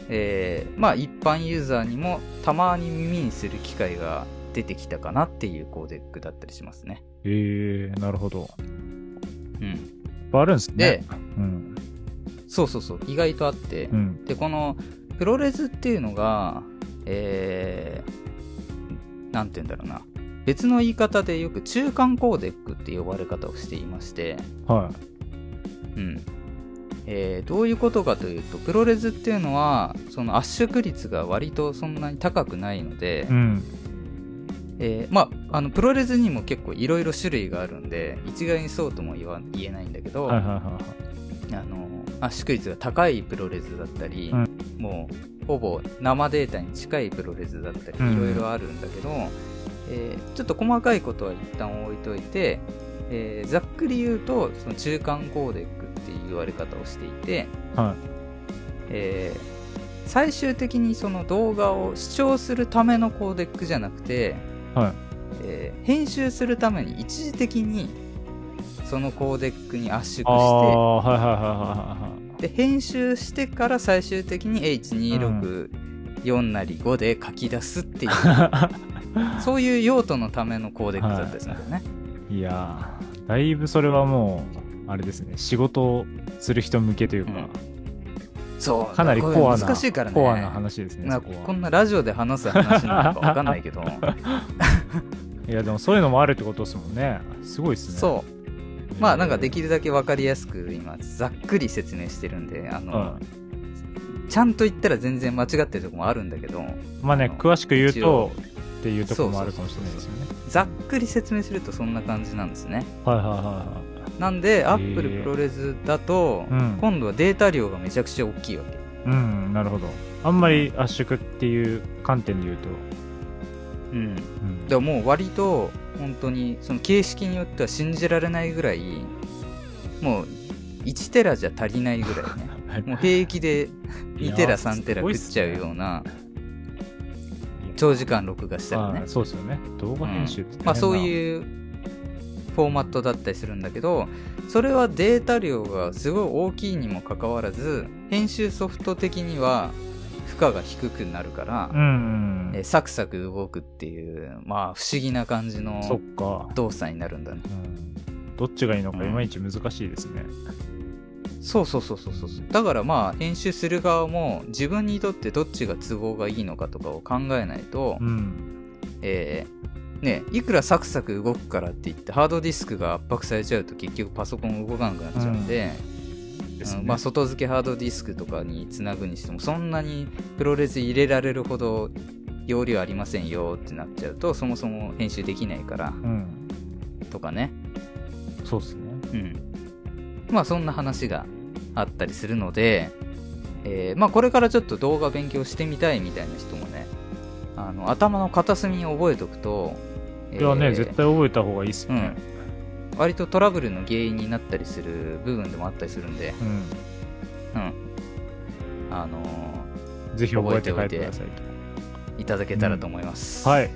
[SPEAKER 1] えーまあ一般ユーザーにもたまに耳にする機会が出てきたかなっていうコーデックだったりしますね。
[SPEAKER 2] ー、えー、なるほど。
[SPEAKER 1] うん、
[SPEAKER 2] いっぱいあるんですね。
[SPEAKER 1] で、
[SPEAKER 2] うん。
[SPEAKER 1] そうそうそう意外とあって、
[SPEAKER 2] うん。
[SPEAKER 1] でこのプロレスっていうのが、えー、なんて言うんだろうな別の言い方でよく中間コーデックって呼ばれ方をしていまして、
[SPEAKER 2] は
[SPEAKER 1] うんえーどういうことかというとプロレスっていうのはその圧縮率が割とそんなに高くないので、
[SPEAKER 2] い。うん。
[SPEAKER 1] えーまあ、あのプロレスにも結構いろいろ種類があるんで一概にそうとも言わ言えないんだけど、
[SPEAKER 2] はいはいはいは
[SPEAKER 1] あ
[SPEAKER 2] い。
[SPEAKER 1] の圧縮率が高いプロレスだったり、
[SPEAKER 2] うん
[SPEAKER 1] もうほぼ生データに近いプロレスだったり
[SPEAKER 2] うん
[SPEAKER 1] いろいろあるんだけど、えーちょっと細かいことは一旦置いといて、えーざっくり言うとその中間コーデックっていう言われ方をしていて、
[SPEAKER 2] はい
[SPEAKER 1] えー最終的にその動画を視聴するためのコーデックじゃなくて、
[SPEAKER 2] はい
[SPEAKER 1] えー編集するために一時的にそのコーデックに圧縮して
[SPEAKER 2] ああ、はいはいはいはいはい。
[SPEAKER 1] で編集してから最終的に H264 なり5で書き出す っていう、そういう用途のためのコーデックだったりするんだよね、
[SPEAKER 2] いやーだいぶそれはもうあれですね仕事をする人向けというか、
[SPEAKER 1] そう
[SPEAKER 2] かなりコア
[SPEAKER 1] こ
[SPEAKER 2] な
[SPEAKER 1] れ難しいからね
[SPEAKER 2] コアな話ですね
[SPEAKER 1] な
[SPEAKER 2] そ
[SPEAKER 1] こ
[SPEAKER 2] こ
[SPEAKER 1] んな
[SPEAKER 2] は
[SPEAKER 1] ラジオで話す話なのか分かんないけど
[SPEAKER 2] いやでもそういうのもあるってことですもんねすごいです ね
[SPEAKER 1] そう
[SPEAKER 2] う
[SPEAKER 1] まあなんかできるだけ分かりやすく今ざっくり説明してるんであ
[SPEAKER 2] う
[SPEAKER 1] の、
[SPEAKER 2] ん、
[SPEAKER 1] ちゃんと言ったら全然間違ってるとこもあるんだけど
[SPEAKER 2] まあね
[SPEAKER 1] あの
[SPEAKER 2] 詳しく言う
[SPEAKER 1] 一応
[SPEAKER 2] とっていうところもあるかもしれないですよね
[SPEAKER 1] ざっくり説明するとそんな感じなんですね
[SPEAKER 2] はいはいはいは
[SPEAKER 1] なんで
[SPEAKER 2] ー
[SPEAKER 1] Apple プロレスだと、
[SPEAKER 2] うん
[SPEAKER 1] 今度はデータ量がめちゃくちゃ大きいわけ
[SPEAKER 2] いうんなるほどあんまり圧縮っていう観点で言うと、
[SPEAKER 1] うん、
[SPEAKER 2] うん
[SPEAKER 1] でももう割と本当にその形式によっては信じられないぐらいもう1テラじゃ足りないぐらい ねもう平気で2テラ3テラ食っちゃうような長時間録画したらね
[SPEAKER 2] あ、そうですよね動画編集って、
[SPEAKER 1] まあ、そういうフォーマットだったりするんだけどそれはデータ量がすごい大きいにもかかわらず編集ソフト的には負荷が低くなるから、
[SPEAKER 2] うん、うん
[SPEAKER 1] えーサクサク動くっていうまあ不思議な感じの
[SPEAKER 2] そっか
[SPEAKER 1] 動作になるんだね
[SPEAKER 2] うんどっちがいいのかいまいち難しいですね。
[SPEAKER 1] そうそうそうそうそうそうだからまあ編集する側も自分にとってどっちが都合がいいのかとかを考えないと、
[SPEAKER 2] うん。
[SPEAKER 1] えーねいくらサクサク動くからって言ってハードディスクが圧迫されちゃうと結局パソコン動かなくなっちゃうんで、
[SPEAKER 2] です
[SPEAKER 1] う
[SPEAKER 2] ね
[SPEAKER 1] んまあ、外付けハードディスクとかにつなぐにしてもそんなにプロレス入れられるほど容量ありませんよってなっちゃうとそもそも編集できないから
[SPEAKER 2] うん。
[SPEAKER 1] とかね
[SPEAKER 2] そうですね。
[SPEAKER 1] うん、まあそんな話があったりするので、えーまあ、これからちょっと動画勉強してみたいみたいな人もねあの頭の片隅に覚えとくと、えー
[SPEAKER 2] いやね、絶対覚えた方がいいっすよね。
[SPEAKER 1] 割とトラブルの原因になったりする部分でもあったりするんで、
[SPEAKER 2] うん。
[SPEAKER 1] うんあの
[SPEAKER 2] ぜひ覚えて帰
[SPEAKER 1] 覚
[SPEAKER 2] っ
[SPEAKER 1] えて
[SPEAKER 2] て
[SPEAKER 1] おいて
[SPEAKER 2] くださいと。
[SPEAKER 1] ーいただけたらと思います、
[SPEAKER 2] はい。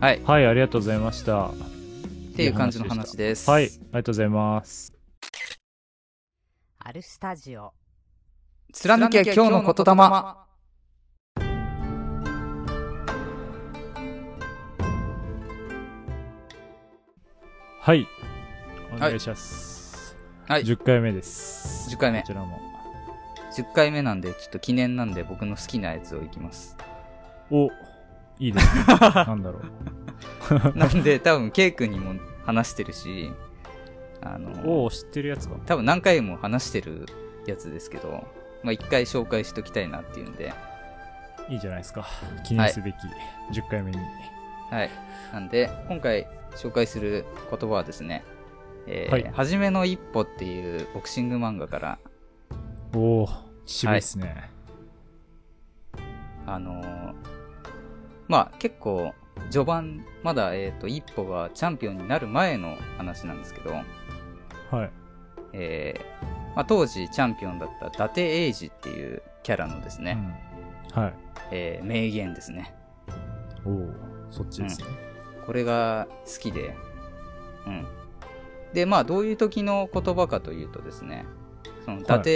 [SPEAKER 1] はい
[SPEAKER 2] はい、ありがとうございました。
[SPEAKER 1] っていう感じの話です
[SPEAKER 2] はい、ありがとうございます。
[SPEAKER 5] アルスタジオ
[SPEAKER 1] 貫け今日の言霊
[SPEAKER 2] はい。お
[SPEAKER 1] はい
[SPEAKER 2] 願いします。
[SPEAKER 1] はい
[SPEAKER 2] 10回目です。
[SPEAKER 1] 10回目
[SPEAKER 2] こちらも。
[SPEAKER 1] 10回目なんでちょっと記念なんで僕の好きなやつをいきます
[SPEAKER 2] お、いいです ね。なんだろ
[SPEAKER 1] なんで多分ケイ君にも話してるしあの
[SPEAKER 2] う。お、知ってるやつか。
[SPEAKER 1] 多分何回も話してるやつですけど、まあ、一回紹介しときたいなっていうんで、
[SPEAKER 2] いいじゃないですか。記念すべき10回目に。
[SPEAKER 1] はい。なんで、今回紹介する言葉はですね、えー
[SPEAKER 2] はい
[SPEAKER 1] 初めの一歩っていうボクシング漫画から、
[SPEAKER 2] おお渋いですね、
[SPEAKER 1] あのーまあ結構、序盤、まだ、えっ、と、一歩がチャンピオンになる前の話なんですけど、
[SPEAKER 2] はい、
[SPEAKER 1] えーまあ、当時チャンピオンだった伊達英二っていうキャラのですね、
[SPEAKER 2] うんはい
[SPEAKER 1] えー名言ですね。
[SPEAKER 2] おおそっちですね、
[SPEAKER 1] これが好きで、うん。で、まあ、どういう時の言葉かというとですね、その、伊達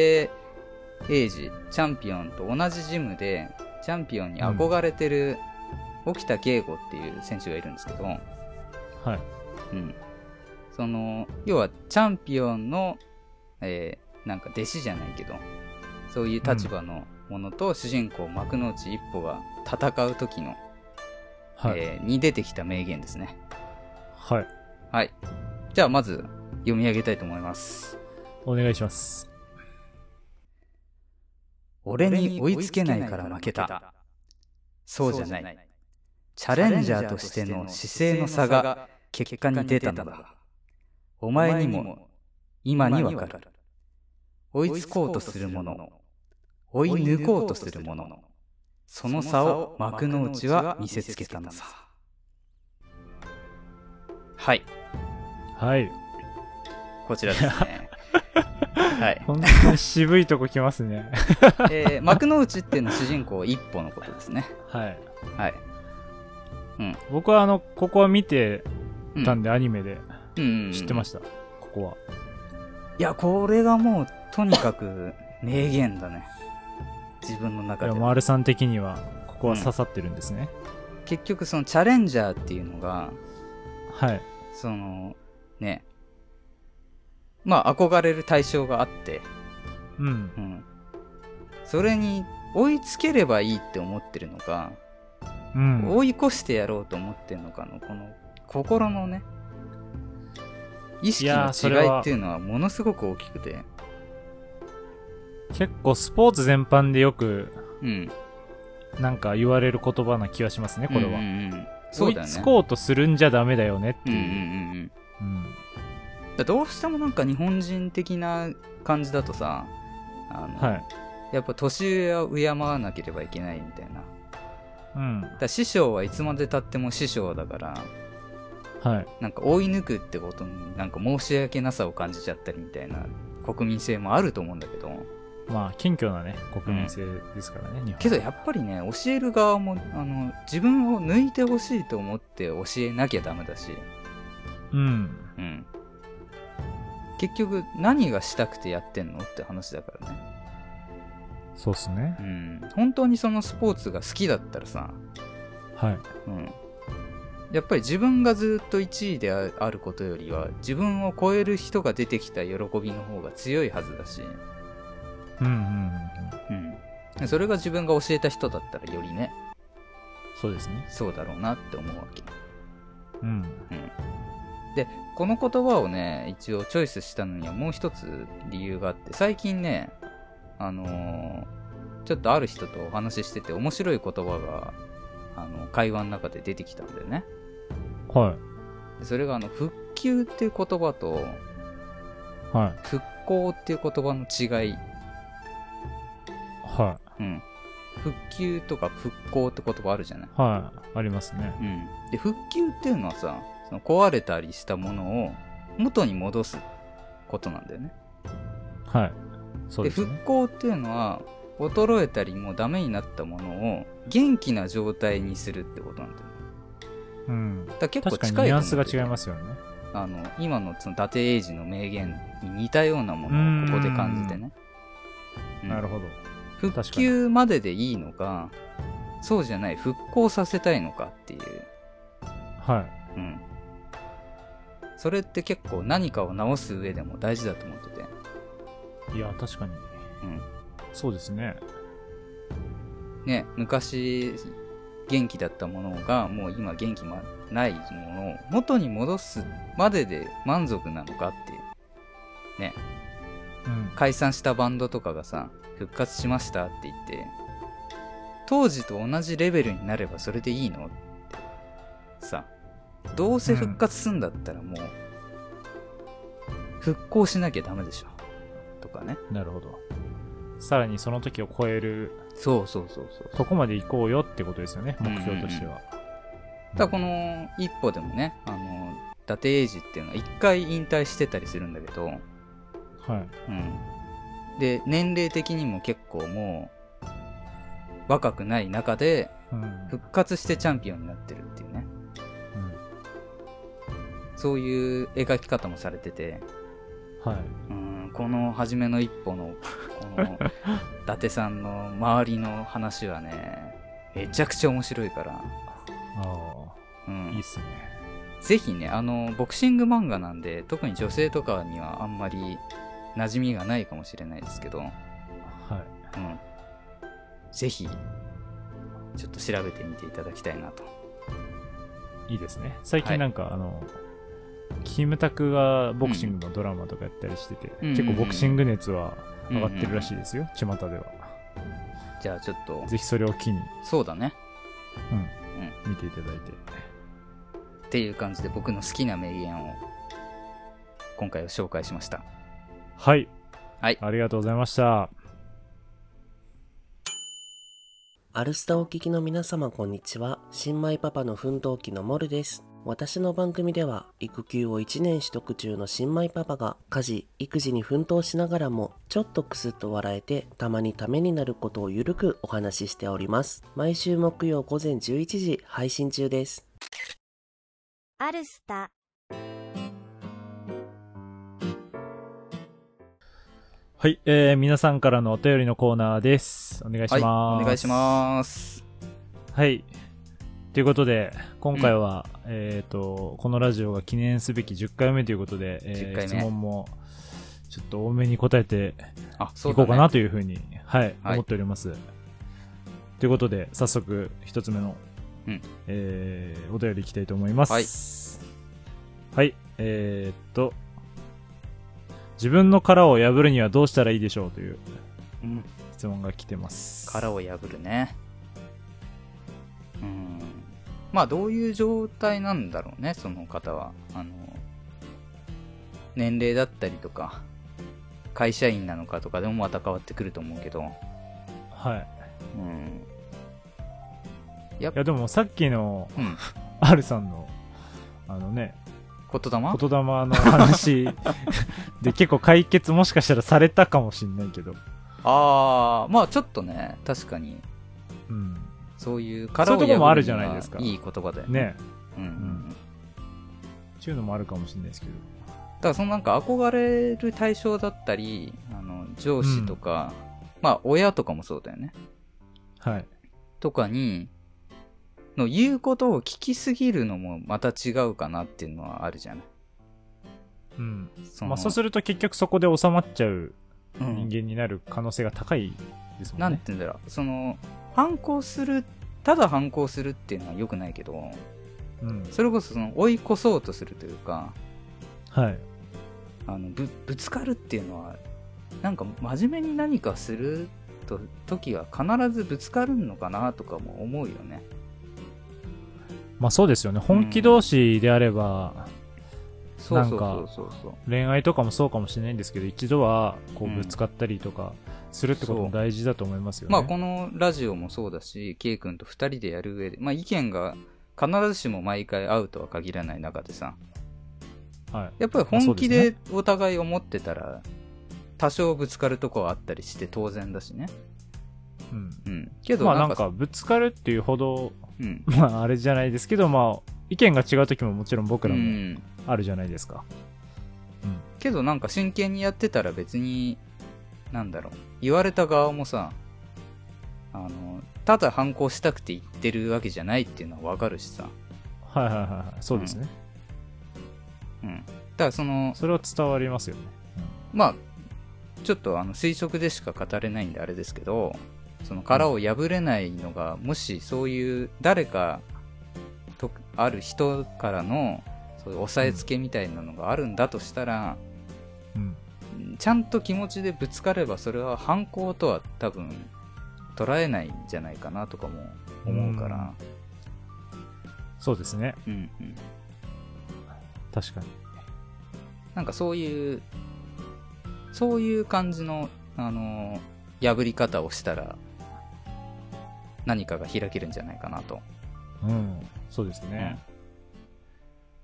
[SPEAKER 1] 英二、チャンピオンと同じジムで、チャンピオンに憧れてる、沖田圭吾っていう選手がいるんですけど、
[SPEAKER 2] はい
[SPEAKER 1] うん。その、要は、チャンピオンの、えーなんか弟子じゃないけど、そういう立場のものと、主人公幕の内一歩が戦う時の、
[SPEAKER 2] はい、
[SPEAKER 1] えーに出てきた名言ですね。
[SPEAKER 2] はい
[SPEAKER 1] はい。じゃあまず読み上げたいと思います。
[SPEAKER 2] お願いします
[SPEAKER 1] 俺
[SPEAKER 6] 俺
[SPEAKER 1] に
[SPEAKER 6] に
[SPEAKER 1] 追
[SPEAKER 6] 追
[SPEAKER 1] い
[SPEAKER 6] い
[SPEAKER 1] つ
[SPEAKER 6] つ
[SPEAKER 1] け
[SPEAKER 6] け
[SPEAKER 1] な
[SPEAKER 6] ないい
[SPEAKER 1] か
[SPEAKER 6] からら
[SPEAKER 1] 負
[SPEAKER 6] 負
[SPEAKER 1] け
[SPEAKER 6] け
[SPEAKER 1] た。
[SPEAKER 6] た。
[SPEAKER 1] そ
[SPEAKER 6] そうう
[SPEAKER 1] じ
[SPEAKER 6] じ
[SPEAKER 1] ゃ
[SPEAKER 6] ゃ
[SPEAKER 1] な
[SPEAKER 6] ないい。。
[SPEAKER 1] チ
[SPEAKER 6] チ
[SPEAKER 1] ャ
[SPEAKER 6] ャ
[SPEAKER 1] レ
[SPEAKER 6] レ
[SPEAKER 1] ン
[SPEAKER 6] ン
[SPEAKER 1] ジ
[SPEAKER 6] ジ
[SPEAKER 1] ャ
[SPEAKER 6] ャ
[SPEAKER 1] ー
[SPEAKER 6] ー
[SPEAKER 1] と
[SPEAKER 6] と
[SPEAKER 1] し
[SPEAKER 6] してて
[SPEAKER 1] の
[SPEAKER 6] の
[SPEAKER 1] 姿
[SPEAKER 6] 姿
[SPEAKER 1] 勢
[SPEAKER 6] 勢
[SPEAKER 1] の
[SPEAKER 6] の
[SPEAKER 1] 差
[SPEAKER 6] 差
[SPEAKER 1] が
[SPEAKER 6] が
[SPEAKER 1] 結果
[SPEAKER 6] 結果
[SPEAKER 1] に
[SPEAKER 6] に
[SPEAKER 1] 出
[SPEAKER 6] 出
[SPEAKER 1] た
[SPEAKER 6] た
[SPEAKER 1] の
[SPEAKER 6] の
[SPEAKER 1] だ
[SPEAKER 6] だ。。
[SPEAKER 1] お
[SPEAKER 6] 前
[SPEAKER 1] 前に
[SPEAKER 6] に
[SPEAKER 1] も
[SPEAKER 6] も
[SPEAKER 1] 今
[SPEAKER 6] 今
[SPEAKER 1] に
[SPEAKER 6] に
[SPEAKER 1] わか
[SPEAKER 6] わか
[SPEAKER 1] る
[SPEAKER 6] る。。
[SPEAKER 1] 追
[SPEAKER 6] 追
[SPEAKER 1] い
[SPEAKER 6] い
[SPEAKER 1] つ
[SPEAKER 6] つ
[SPEAKER 1] こ
[SPEAKER 6] こ
[SPEAKER 1] う
[SPEAKER 6] う
[SPEAKER 1] と
[SPEAKER 6] と
[SPEAKER 1] す
[SPEAKER 6] す
[SPEAKER 1] る
[SPEAKER 6] る
[SPEAKER 1] も
[SPEAKER 6] も
[SPEAKER 1] の
[SPEAKER 6] の、、
[SPEAKER 1] 追い
[SPEAKER 6] 追い
[SPEAKER 1] 抜
[SPEAKER 6] 抜
[SPEAKER 1] こう
[SPEAKER 6] こう
[SPEAKER 1] と
[SPEAKER 6] と
[SPEAKER 1] す
[SPEAKER 6] す
[SPEAKER 1] る
[SPEAKER 6] る
[SPEAKER 1] も
[SPEAKER 6] も
[SPEAKER 1] の
[SPEAKER 6] の、、
[SPEAKER 1] そ
[SPEAKER 6] そ
[SPEAKER 1] の
[SPEAKER 6] の
[SPEAKER 1] 差
[SPEAKER 6] 差
[SPEAKER 1] を
[SPEAKER 6] を
[SPEAKER 1] 幕
[SPEAKER 6] 幕
[SPEAKER 1] の
[SPEAKER 6] の
[SPEAKER 1] 内
[SPEAKER 6] 内
[SPEAKER 1] は
[SPEAKER 6] は
[SPEAKER 1] 見
[SPEAKER 6] 見
[SPEAKER 1] せ
[SPEAKER 6] せ
[SPEAKER 1] つ
[SPEAKER 6] つ
[SPEAKER 1] け
[SPEAKER 6] け
[SPEAKER 1] た
[SPEAKER 6] た
[SPEAKER 1] の
[SPEAKER 6] の
[SPEAKER 1] さ
[SPEAKER 6] さ。。
[SPEAKER 1] はい、
[SPEAKER 2] はい
[SPEAKER 1] こちらです ね。はい。
[SPEAKER 2] 本当に渋いとこ来ますね
[SPEAKER 1] えー幕の内っていうのは主人公一歩のことですね。
[SPEAKER 2] はい
[SPEAKER 1] はい。
[SPEAKER 2] 僕はあのここは見て
[SPEAKER 1] うん
[SPEAKER 2] たんで、アニメで
[SPEAKER 1] うん
[SPEAKER 2] 知ってま
[SPEAKER 1] し
[SPEAKER 2] した、ここは
[SPEAKER 1] た。いや、これがもう、とにかく、名言だね。自分の中
[SPEAKER 2] い
[SPEAKER 1] で
[SPEAKER 2] や
[SPEAKER 1] は。
[SPEAKER 2] 丸さん的にはここは刺さってるんですね、
[SPEAKER 1] 結局、その、チャレンジャーっていうのが、
[SPEAKER 2] はい
[SPEAKER 1] その、ね、まあ、憧れる対象があって、
[SPEAKER 2] うん
[SPEAKER 1] うん。それに、追いつければいいって思ってるのか、
[SPEAKER 2] うん
[SPEAKER 1] 追い越してやろうと思ってるのかの、この、心のね、意識
[SPEAKER 2] い
[SPEAKER 1] の
[SPEAKER 2] やーそれ
[SPEAKER 1] 違い
[SPEAKER 2] は
[SPEAKER 1] っていうのは、ものすごく大きくて、
[SPEAKER 2] 結構スポーツ全般でよく
[SPEAKER 1] うん。
[SPEAKER 2] なんか言われる言葉な気がしますねこれは、
[SPEAKER 1] うんうんうんそうだよ
[SPEAKER 2] 追い
[SPEAKER 1] ね。
[SPEAKER 2] つこうとするんじゃダメだよねって
[SPEAKER 1] うんう
[SPEAKER 2] い
[SPEAKER 1] ん
[SPEAKER 2] う、
[SPEAKER 1] うんうん。
[SPEAKER 2] うん
[SPEAKER 1] だどうしてもなんか日本人的な感じだとさ、あの
[SPEAKER 2] はい、
[SPEAKER 1] やっぱ年上は敬わなければいけないみたいな。だか
[SPEAKER 2] うん
[SPEAKER 1] ら師匠はいつまでたっても師匠だから、
[SPEAKER 2] はい、
[SPEAKER 1] なんか追い抜くってことになんか申し訳なさを感じちゃったりみたいな国民性もあると思うんだけど、
[SPEAKER 2] まあ謙虚なね国民性ですからね、日本
[SPEAKER 1] けどやっぱりね、教える側も、あの、自分を抜いてほしいと思って教えなきゃダメだし、
[SPEAKER 2] うん
[SPEAKER 1] うん。結局何がしたくてやってんのって話だからね。
[SPEAKER 2] そうっすね
[SPEAKER 1] うん、本当にそのスポーツが好きだったらさ、
[SPEAKER 2] はい
[SPEAKER 1] うん、やっぱり自分がずっと1位でああることよりは自分を超える人が出てきた喜びの方が強いはずだし、
[SPEAKER 2] うんうんうんうん
[SPEAKER 1] うん、それが自分が教えた人だったらよりね
[SPEAKER 2] そうですね
[SPEAKER 1] そうだろうなって思うわけ
[SPEAKER 2] うん
[SPEAKER 1] この言葉をね一応チョイスしたのにはもう一つ理由があって最近ねあのーちょっとある人とお話ししてて面白い言葉があの会話の中で出てきたんだよね
[SPEAKER 2] は
[SPEAKER 1] でそれがあの復旧っていう言葉と
[SPEAKER 2] いはい
[SPEAKER 1] 復興っていう言葉の違い、
[SPEAKER 2] は
[SPEAKER 1] うん、復旧とか復興って言葉あるじゃない、
[SPEAKER 2] いはいありますね
[SPEAKER 1] うん、で復旧っていうのはさその壊れたりしたものを元に戻すことなんだよね
[SPEAKER 2] はいそうですね
[SPEAKER 1] 復興っていうのは衰えたりもうダメになったものを元気な状態にするってことなんだよね
[SPEAKER 2] うん
[SPEAKER 1] だから結構
[SPEAKER 2] 確か
[SPEAKER 1] 近い
[SPEAKER 2] に
[SPEAKER 1] と思
[SPEAKER 2] ニュ
[SPEAKER 1] う
[SPEAKER 2] アンスが違いますよね
[SPEAKER 1] あの今のその伊達英二の名言に似たようなものをここで感じてね、うん
[SPEAKER 2] なるほど
[SPEAKER 1] 復旧まででいいのかそうじゃない復興させたいのかっていう、
[SPEAKER 2] はい
[SPEAKER 1] うん、それって結構何かを直す上でも大事だと思ってて、
[SPEAKER 2] いや確かに
[SPEAKER 1] うん、
[SPEAKER 2] そうですね
[SPEAKER 1] ね昔元気だったものがもう今元気まないものを元に戻すまでで満足なのかっていう
[SPEAKER 2] うん
[SPEAKER 1] 解散したバンドとかがさ復活しましたって言って当時と同じレベルになればそれでいいのってさどうせ復活すんだったらもう、復興しなきゃダメでしょ。とかね。
[SPEAKER 2] なるほど。さらにその時を超える
[SPEAKER 1] そうそうそうそう。
[SPEAKER 2] とこまで行こうよってことですよね、目標としては。
[SPEAKER 1] ただこの一歩でもね、あの、伊達英治っていうのは一回引退してたりするんだけど、
[SPEAKER 2] はい。
[SPEAKER 1] うん。で、年齢的にも結構もう、若くない中で、
[SPEAKER 2] うん。
[SPEAKER 1] 復活してチャンピオンになってるっていうね。
[SPEAKER 2] うん
[SPEAKER 1] そういう描き方もされてて、
[SPEAKER 2] はい。
[SPEAKER 1] うん、この初めの一歩の、この、伊達さんの周りの話はね、めちゃくちゃ面白いから、う
[SPEAKER 2] ああ、いい
[SPEAKER 1] ん
[SPEAKER 2] っ、すね。
[SPEAKER 1] ぜひね、あの、ボクシング漫画なんで、特に女性とかにはあんまり馴染みがないかもしれないですけど、
[SPEAKER 2] はい。
[SPEAKER 1] うん、ぜひ、ちょっと調べてみていただきたいなと。
[SPEAKER 2] いいですね。最近なんか、あの、キムタクがボクシングのドラマとかやったりしてて、
[SPEAKER 1] うん
[SPEAKER 2] 結構ボクシング熱は上がってるらし
[SPEAKER 1] い。
[SPEAKER 2] いですよ、巷では。
[SPEAKER 1] じゃあちょっと、
[SPEAKER 2] ぜひそれを機に
[SPEAKER 1] そうだね。
[SPEAKER 2] 見ていただいて。
[SPEAKER 1] っていう感じで僕の好きな名言を、今回は紹介しました。
[SPEAKER 2] はい。
[SPEAKER 1] はい
[SPEAKER 2] ありがとうございました。
[SPEAKER 6] アルスタお聞きの皆様こんにちは。新米パパの奮闘記のモルです。私の番組では育休を1年取得中の新米パパが家事、育児に奮闘しながらもちょっとクスッと笑えてたまにためになることをゆるくお話ししております。毎週木曜午前11時配信中です。
[SPEAKER 3] アルスタ、
[SPEAKER 2] はい。えー、皆さんからのお便りのコーナーです。お願いします。
[SPEAKER 1] はい、お願いします。
[SPEAKER 2] はい。ということで、今回は、えっ、と、このラジオが記念すべき10回目ということで、
[SPEAKER 1] 10
[SPEAKER 2] えー
[SPEAKER 1] 回目
[SPEAKER 2] 質問も、ちょっと多めに答えて
[SPEAKER 1] あ、そ
[SPEAKER 2] いうこ
[SPEAKER 1] だ、
[SPEAKER 2] う
[SPEAKER 1] ね。
[SPEAKER 2] かなというふうに、はい、
[SPEAKER 1] はい
[SPEAKER 2] 思っております。ということで、早速、一つ目の、
[SPEAKER 1] うん
[SPEAKER 2] えーお便りいきたいと思います。はい。えーっと、自分の殻を破るにはどうしたらいいでしょうという
[SPEAKER 1] うん
[SPEAKER 2] 質問が来てます。
[SPEAKER 1] 殻を破るね。うん。まあ、どういう状態なんだろうね、その方は。あの、年齢だったりとか、会社員なのかとかでもまた変わってくると思うけど、
[SPEAKER 2] はい。
[SPEAKER 1] うん。
[SPEAKER 2] いや、でもさっきの、
[SPEAKER 1] うん。
[SPEAKER 2] R さんの、あのね、
[SPEAKER 1] 言霊
[SPEAKER 2] 言霊 の話で結構解決もしかしたらされたかもしんないけど。
[SPEAKER 1] ああ、まあちょっとね、確かに、
[SPEAKER 2] うん。
[SPEAKER 1] そういう殻を破
[SPEAKER 2] そういうと
[SPEAKER 1] る
[SPEAKER 2] こ
[SPEAKER 1] に
[SPEAKER 2] も
[SPEAKER 1] は
[SPEAKER 2] あるじゃないですか
[SPEAKER 1] いい言葉だよね。
[SPEAKER 2] ね
[SPEAKER 1] うんうんうん。
[SPEAKER 2] ちゅうのもあるかもしんないですけど。
[SPEAKER 1] だからそのなんか憧れる対象だったりあの上司とか、まあ親とかもそうだよね
[SPEAKER 2] はい。
[SPEAKER 1] とかにの言うことを聞きすぎるのもまた違うかなっていうのはあるじゃない
[SPEAKER 2] うん。
[SPEAKER 1] その
[SPEAKER 2] まあそうすると結局そこで収まっちゃう
[SPEAKER 1] うん
[SPEAKER 2] 人間になる可能性が高いですも
[SPEAKER 1] なんんて
[SPEAKER 2] ね。
[SPEAKER 1] 言うんだろうその反抗するただ反抗するっていうのは良くないけど
[SPEAKER 2] うん。
[SPEAKER 1] それこそその追い越そうとするというか
[SPEAKER 2] はい。
[SPEAKER 1] あのぶぶつかるっていうのはなんか真面目に何かすると時は必ずぶつかるのかなとかも思うよね
[SPEAKER 2] まあそうですよね。本気同士であれば、
[SPEAKER 1] そうそうそうそうそう
[SPEAKER 2] 恋愛とかもそうかもしれないんですけど、一度はこう
[SPEAKER 1] うん
[SPEAKER 2] ぶつかったりとかするってことも大事だと思いますよね。
[SPEAKER 1] まあこのラジオもそうだし K 君と2人でやる上で、まあ、意見が必ずしも毎回合うとは限らない中でさ
[SPEAKER 2] はい。
[SPEAKER 1] やっぱり
[SPEAKER 2] まあそ
[SPEAKER 1] 本
[SPEAKER 2] うで
[SPEAKER 1] 気
[SPEAKER 2] すね
[SPEAKER 1] でお互い思ってたら多少ぶつかるとこはあったりして当然だしね
[SPEAKER 2] うん。
[SPEAKER 1] うんけど
[SPEAKER 2] まあ
[SPEAKER 1] な
[SPEAKER 2] なんん
[SPEAKER 1] かさ
[SPEAKER 2] かぶつかるっていうほど、
[SPEAKER 1] うん
[SPEAKER 2] まああれじゃないですけど、まあ意見が違う時ももちろん僕
[SPEAKER 1] う
[SPEAKER 2] らも
[SPEAKER 1] ん
[SPEAKER 2] あるじゃないですか。
[SPEAKER 1] けどなんか真剣にやってたら別になんだろう言われた側もさあのただ反抗したくて言ってるわけじゃないっていうのはわかるしさ、
[SPEAKER 2] はいはいはいはい。そうですね。
[SPEAKER 1] うん、だからその
[SPEAKER 2] それは伝わりますよね。
[SPEAKER 1] まあ、ちょっとあの推測でしか語れないんであれですけど、その殻を破れないのが、もしそういう誰かとある人からのそういう押さえつけみたいなのがあるんだとしたら、
[SPEAKER 2] うん。
[SPEAKER 1] ちゃんと気持ちでぶつかればそれは反抗とは多分捉えないんじゃないかなとかも思うから、
[SPEAKER 2] そうですね。
[SPEAKER 1] うんうん
[SPEAKER 2] 確かに。
[SPEAKER 1] なんかそういう、そういう感じの、あのー破り方をしたら、何かが開けるんじゃないかなと。
[SPEAKER 2] うん。そうですね。
[SPEAKER 1] っ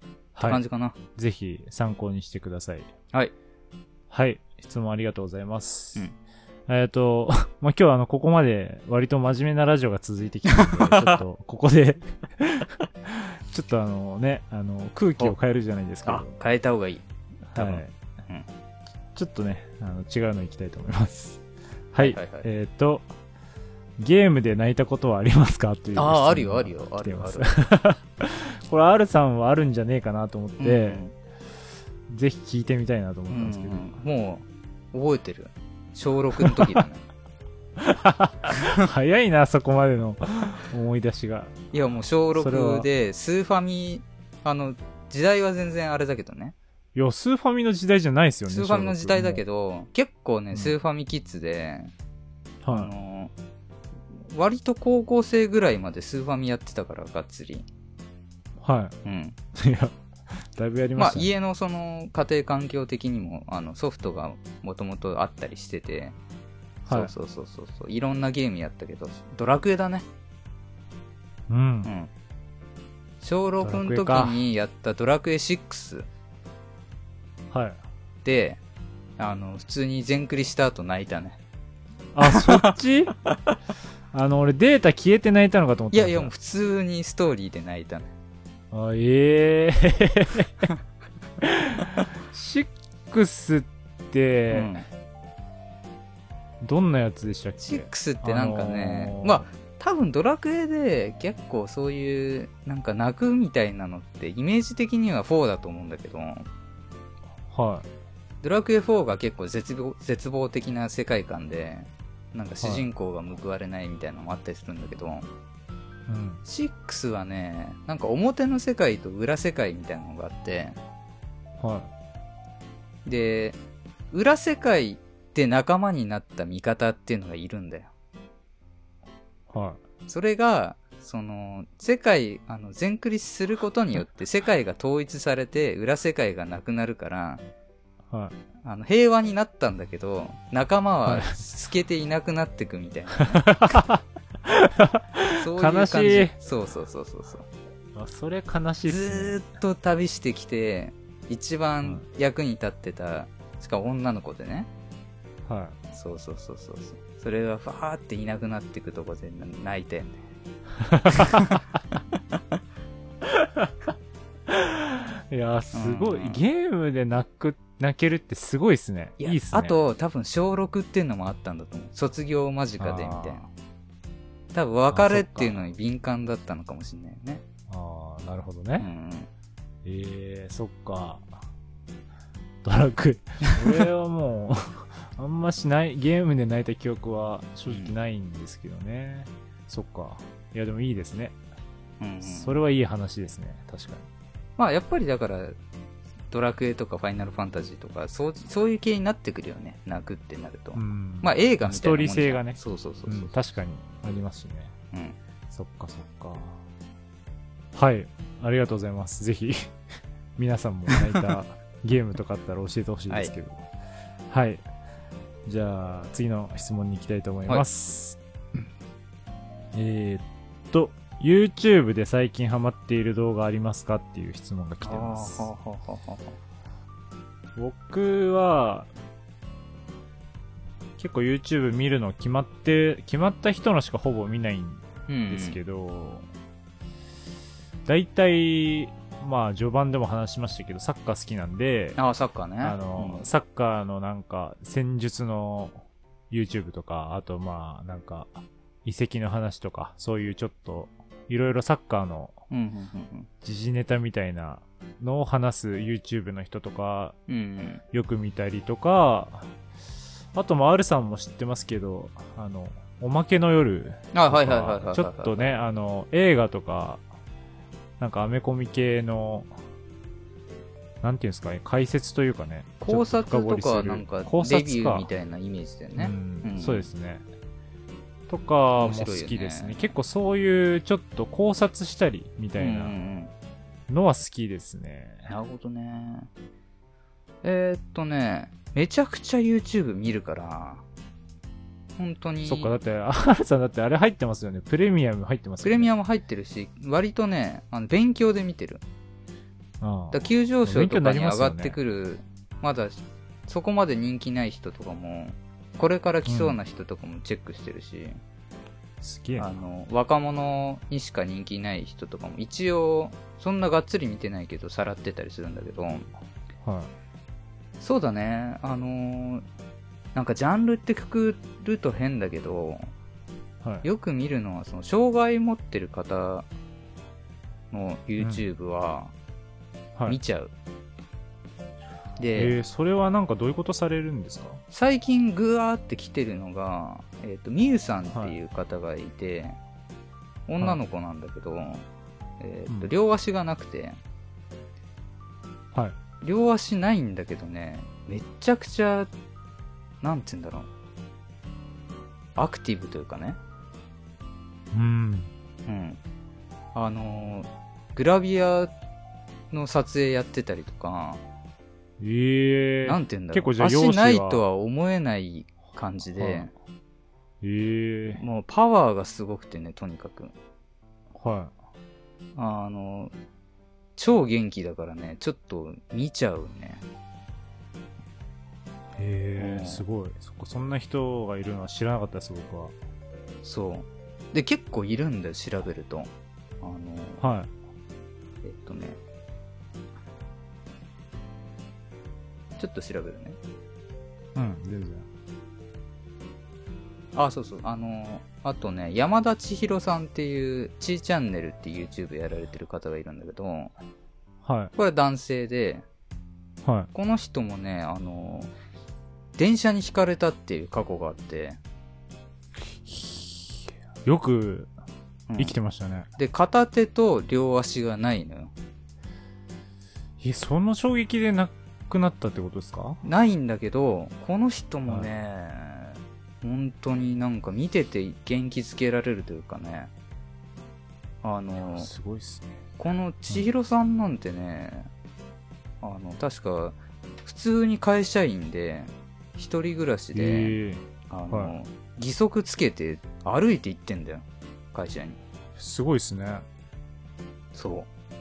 [SPEAKER 1] て
[SPEAKER 2] は
[SPEAKER 1] 感
[SPEAKER 2] い
[SPEAKER 1] じ。かな。
[SPEAKER 2] ぜひ参考にしてください。
[SPEAKER 1] はい。
[SPEAKER 2] はい。質問ありがとうございます。
[SPEAKER 1] うん
[SPEAKER 2] えっ、と、 まあ、今日はあの、ここまで割と真面目なラジオが続いてきたので、ちょっと、ここで、 ちょっとあのね、あの、空気を変えるじゃないです
[SPEAKER 1] あ
[SPEAKER 2] か。、
[SPEAKER 1] 変えた方がいい。多
[SPEAKER 2] は
[SPEAKER 1] 分
[SPEAKER 2] い
[SPEAKER 1] うん。
[SPEAKER 2] ちょっとね、あの違うのいきたいと思 います。はい。
[SPEAKER 1] はいはいはい
[SPEAKER 2] えっ、と、ゲームで泣いたことはありますかという。
[SPEAKER 1] あーあるよあるよ
[SPEAKER 2] 来ています
[SPEAKER 1] ある
[SPEAKER 2] これ、R さんはあるんじゃねえかなと思って、
[SPEAKER 1] うん
[SPEAKER 2] ぜひ聞いてみたいなと思
[SPEAKER 1] う
[SPEAKER 2] ったんですけど、
[SPEAKER 1] んもう、覚えてる。小6の時 だね。
[SPEAKER 2] 早いな、そこまでの 思い出しが。
[SPEAKER 1] いや、もう小
[SPEAKER 2] それ
[SPEAKER 1] 6
[SPEAKER 2] は
[SPEAKER 1] で、スーファミ、あの、時代は全然あれだけどね。
[SPEAKER 2] いや、スーファミの時代じゃないですよね。
[SPEAKER 1] スーファミの時代だけ
[SPEAKER 2] ど。
[SPEAKER 1] ど、結構
[SPEAKER 2] う
[SPEAKER 1] ね、
[SPEAKER 2] ん
[SPEAKER 1] スーファミキッズで、あ
[SPEAKER 2] は
[SPEAKER 1] の、割と高校生ぐらいまでスーファミやってたから、がっつり。
[SPEAKER 2] い。は
[SPEAKER 1] うん。
[SPEAKER 2] い。いや、だいぶやり
[SPEAKER 1] ま
[SPEAKER 2] ま
[SPEAKER 1] あ
[SPEAKER 2] し、た、ね。
[SPEAKER 1] 家のその、家庭環境的にも、あの、ソフトがもともとあったりしてて、
[SPEAKER 2] はい。
[SPEAKER 1] そうそうそうそう。いろんなゲームやったけど、ドラクエだね。
[SPEAKER 2] う。
[SPEAKER 1] うんん。小6の時
[SPEAKER 2] ドラクエか
[SPEAKER 1] にやったドラクエ6。
[SPEAKER 2] はい。
[SPEAKER 1] で、あの、普通に全クリした後泣いたね。
[SPEAKER 2] あ、そっちあの、俺データ消えて泣いたのかと思っ
[SPEAKER 1] い
[SPEAKER 2] て
[SPEAKER 1] や
[SPEAKER 2] ました。
[SPEAKER 1] いや、もう普通にストーリーで泣いたね。
[SPEAKER 2] あ、ええー。シックスっ
[SPEAKER 1] う
[SPEAKER 2] て、
[SPEAKER 1] ん。
[SPEAKER 2] どんなやつでしたっけ
[SPEAKER 1] 6ってなんかね、
[SPEAKER 2] あのー
[SPEAKER 1] まあ、多分ドラクエで結構そういう、なんか泣くみたいなのって、イメージ的には4だと思うんだけど、
[SPEAKER 2] はい。
[SPEAKER 1] ドラクエ4が結構絶望絶望的な世界観で、なんか主人公が報われないみたいなのもあったりするんだけど、
[SPEAKER 2] うん。
[SPEAKER 1] 6はね、なんか表の世界と裏世界みたいなのがあって、
[SPEAKER 2] は
[SPEAKER 1] で、裏世界で仲間になった味方っていうのがいるんだよ。
[SPEAKER 2] い。はい。
[SPEAKER 1] それが、その、世界、あの、全クリすることによって世界が統一されて裏世界がなくなるから、
[SPEAKER 2] は
[SPEAKER 1] あの、平和になったんだけど、仲間
[SPEAKER 2] は
[SPEAKER 1] はい透けていなくなってくみたいな。 そういう
[SPEAKER 2] 悲
[SPEAKER 1] 感
[SPEAKER 2] し
[SPEAKER 1] じ。
[SPEAKER 2] い
[SPEAKER 1] そうそうそうそうそう。
[SPEAKER 2] い。あ、それ悲しいっすね。
[SPEAKER 1] ずーっと旅してきて、一番役に立ってた、しかも女の子でね。
[SPEAKER 2] は
[SPEAKER 1] そうそうそうそうそう。それがファーっていなくなってくとこで泣いてんね。
[SPEAKER 2] い。いや、すご
[SPEAKER 1] う
[SPEAKER 2] い。
[SPEAKER 1] ん
[SPEAKER 2] ゲームで泣く、泣けるってすごいっすね。いいっすね。
[SPEAKER 1] あ、と、多分小6っていうのもあったんだと思う。卒業間近でみたいな。多分別れっていうのに敏感だったのかもしれないよね。
[SPEAKER 2] ああ、なるほど
[SPEAKER 1] う
[SPEAKER 2] ね。
[SPEAKER 1] んうん。
[SPEAKER 2] ええー、そっか。ドラクエ。俺はもう、 あんましない、ゲームで泣いた記憶は正直ないんですけどね。そっか。いや、でもいいですね。
[SPEAKER 1] うんうん
[SPEAKER 2] それはいい話ですね。確かに。
[SPEAKER 1] まあやっぱりだから、ドラクエとかファイナルファンタジーとか、そうそういう系になってくるよね。泣くってなると。
[SPEAKER 2] うん。
[SPEAKER 1] まあ映画みたいなもんじゃん
[SPEAKER 2] ストーリー性がね。
[SPEAKER 1] そうそうそううそう。
[SPEAKER 2] ん、確かにありますしね。
[SPEAKER 1] うん
[SPEAKER 2] そっかそっか。はい。ありがとうございます。ぜひ、 皆さんも泣いたゲームとかあったら教えてほしいですけど。はい。じゃあ、次の質問に行きたいと思います。えーっと、YouTube で最近ハマっている動画ありますかっていう質問が来てます。
[SPEAKER 1] あーはあはあはあはあ
[SPEAKER 2] 僕は、結構 YouTube 見るの決まって、決まった人のしかほぼ見ないん
[SPEAKER 1] うん
[SPEAKER 2] ですけど、大体、まあ、序盤でも話しましたけど、サッカー好きなんで、
[SPEAKER 1] ああ、サッカーね。
[SPEAKER 2] あの、
[SPEAKER 1] うん
[SPEAKER 2] サッカーのなんか、戦術の YouTube とか、あとまあ、なんか、遺跡の話とか、そういうちょっと、いろいろサッカーの
[SPEAKER 1] うんうんうん
[SPEAKER 2] 時事ネタみたいなのを話す YouTube の人とか、
[SPEAKER 1] うん。うんうん。
[SPEAKER 2] よく見たりとか、あとも R さんも知ってますけど、あの、おまけの夜
[SPEAKER 1] あ、はいはいはいはいはい
[SPEAKER 2] ま
[SPEAKER 1] は
[SPEAKER 2] あ
[SPEAKER 1] い。
[SPEAKER 2] ちょっとね、あの、映画とか、なんかアメコミ系の、なんていうんですかね、解説というかね、
[SPEAKER 1] 考察
[SPEAKER 2] ちょっ
[SPEAKER 1] と
[SPEAKER 2] 深掘
[SPEAKER 1] か、
[SPEAKER 2] りする
[SPEAKER 1] なんか、レ
[SPEAKER 2] 考察
[SPEAKER 1] ビューみた
[SPEAKER 2] い
[SPEAKER 1] いなイメージだよ
[SPEAKER 2] な
[SPEAKER 1] ね。うん
[SPEAKER 2] そうですね。とかも好
[SPEAKER 1] 面白
[SPEAKER 2] き
[SPEAKER 1] いよね
[SPEAKER 2] ですね結構そういうちょっと考察したりみたい
[SPEAKER 1] うんうん
[SPEAKER 2] なのは好きですね。
[SPEAKER 1] うんなるほどね。えー、っとね、めちゃくちゃ YouTube 見るから、本当に、
[SPEAKER 2] そっか、だって、 アルさんだってあれ入ってますよね。プレミアム入ってますよ
[SPEAKER 1] プ
[SPEAKER 2] ね。
[SPEAKER 1] レミ
[SPEAKER 2] ア
[SPEAKER 1] アム入ってるし、割とね、あの勉強で見てる。
[SPEAKER 2] ム
[SPEAKER 1] だから急上昇とかに
[SPEAKER 2] 勉強になりま
[SPEAKER 1] 上
[SPEAKER 2] すよ
[SPEAKER 1] が
[SPEAKER 2] ね
[SPEAKER 1] ってくる、まだそこまで人気ない人とかも、これから来そうな人とかもチェックしてるし、
[SPEAKER 2] すげえ
[SPEAKER 1] あ
[SPEAKER 2] な。
[SPEAKER 1] の、若者にしか人気ない人とかも、一応、そんながっつり見てないけど、さらってたりするんだけど、
[SPEAKER 2] はい。
[SPEAKER 1] そうだね、あのーなんかジャンルってくくると変だけど、
[SPEAKER 2] はい、
[SPEAKER 1] よく見るのは、その、障害持ってる方の YouTube は、
[SPEAKER 2] はい
[SPEAKER 1] 見、ちゃう。
[SPEAKER 2] え
[SPEAKER 1] で、
[SPEAKER 2] ーそれはなんかどういうことされるんですか
[SPEAKER 1] 最近ぐわーって来てるのが、えっ、と、みゆさんっていう方がいて、女の子なんだけど、えっ、と、
[SPEAKER 2] うん
[SPEAKER 1] 両足がなくて、
[SPEAKER 2] はい。
[SPEAKER 1] 両足ないんだけどね、めっちゃくちゃ、なんて言うんだろう。アクティブというかね、
[SPEAKER 2] うん。
[SPEAKER 1] うん。あのーグラビアの撮影やってたりとか、
[SPEAKER 2] ええ
[SPEAKER 1] なんて言うんだろう。
[SPEAKER 2] 結構じゃあ容
[SPEAKER 1] 足
[SPEAKER 2] 姿は
[SPEAKER 1] ないとは思えない感じ
[SPEAKER 2] は
[SPEAKER 1] で
[SPEAKER 2] い、ええ
[SPEAKER 1] もうパワーがすごくてね、とにかく。
[SPEAKER 2] は
[SPEAKER 1] あの、超元気だからね、ちょっと見ちゃうね。
[SPEAKER 2] い。ええ
[SPEAKER 1] うん
[SPEAKER 2] すごい。そっか、そんな人がいるのは知らなかったです、僕は。
[SPEAKER 1] そう。で、結構いるんだよ、調べると。あの、
[SPEAKER 2] はい。
[SPEAKER 1] えっとね。ちょっと調べるね。
[SPEAKER 2] うん、全然。
[SPEAKER 1] あ、そうそう。あの、あとね、山田千尋さんっていう、ちーチャンネルっていう YouTube やられてる方がいるんだけど、
[SPEAKER 2] は
[SPEAKER 1] これは男性で、
[SPEAKER 2] い。はい。
[SPEAKER 1] この人もね、あの、電車にひかれたっていう過去があって、
[SPEAKER 2] よく
[SPEAKER 1] うん
[SPEAKER 2] 生きてましたね。
[SPEAKER 1] で、片手と両足がないのよ。
[SPEAKER 2] え、その衝撃で亡くなったってことですか
[SPEAKER 1] ないんだけど、この人もね、本当になんか見てて元気づけられるというかね、あの、
[SPEAKER 2] すごいっすね。
[SPEAKER 1] この千尋さんなんてね、あの、確か、普通に会社員で、一人暮らしで、
[SPEAKER 2] ええ
[SPEAKER 1] あの、
[SPEAKER 2] は
[SPEAKER 1] 義足つけて歩いて行ってんだよ、会社に。
[SPEAKER 2] すごいっすね。
[SPEAKER 1] そう。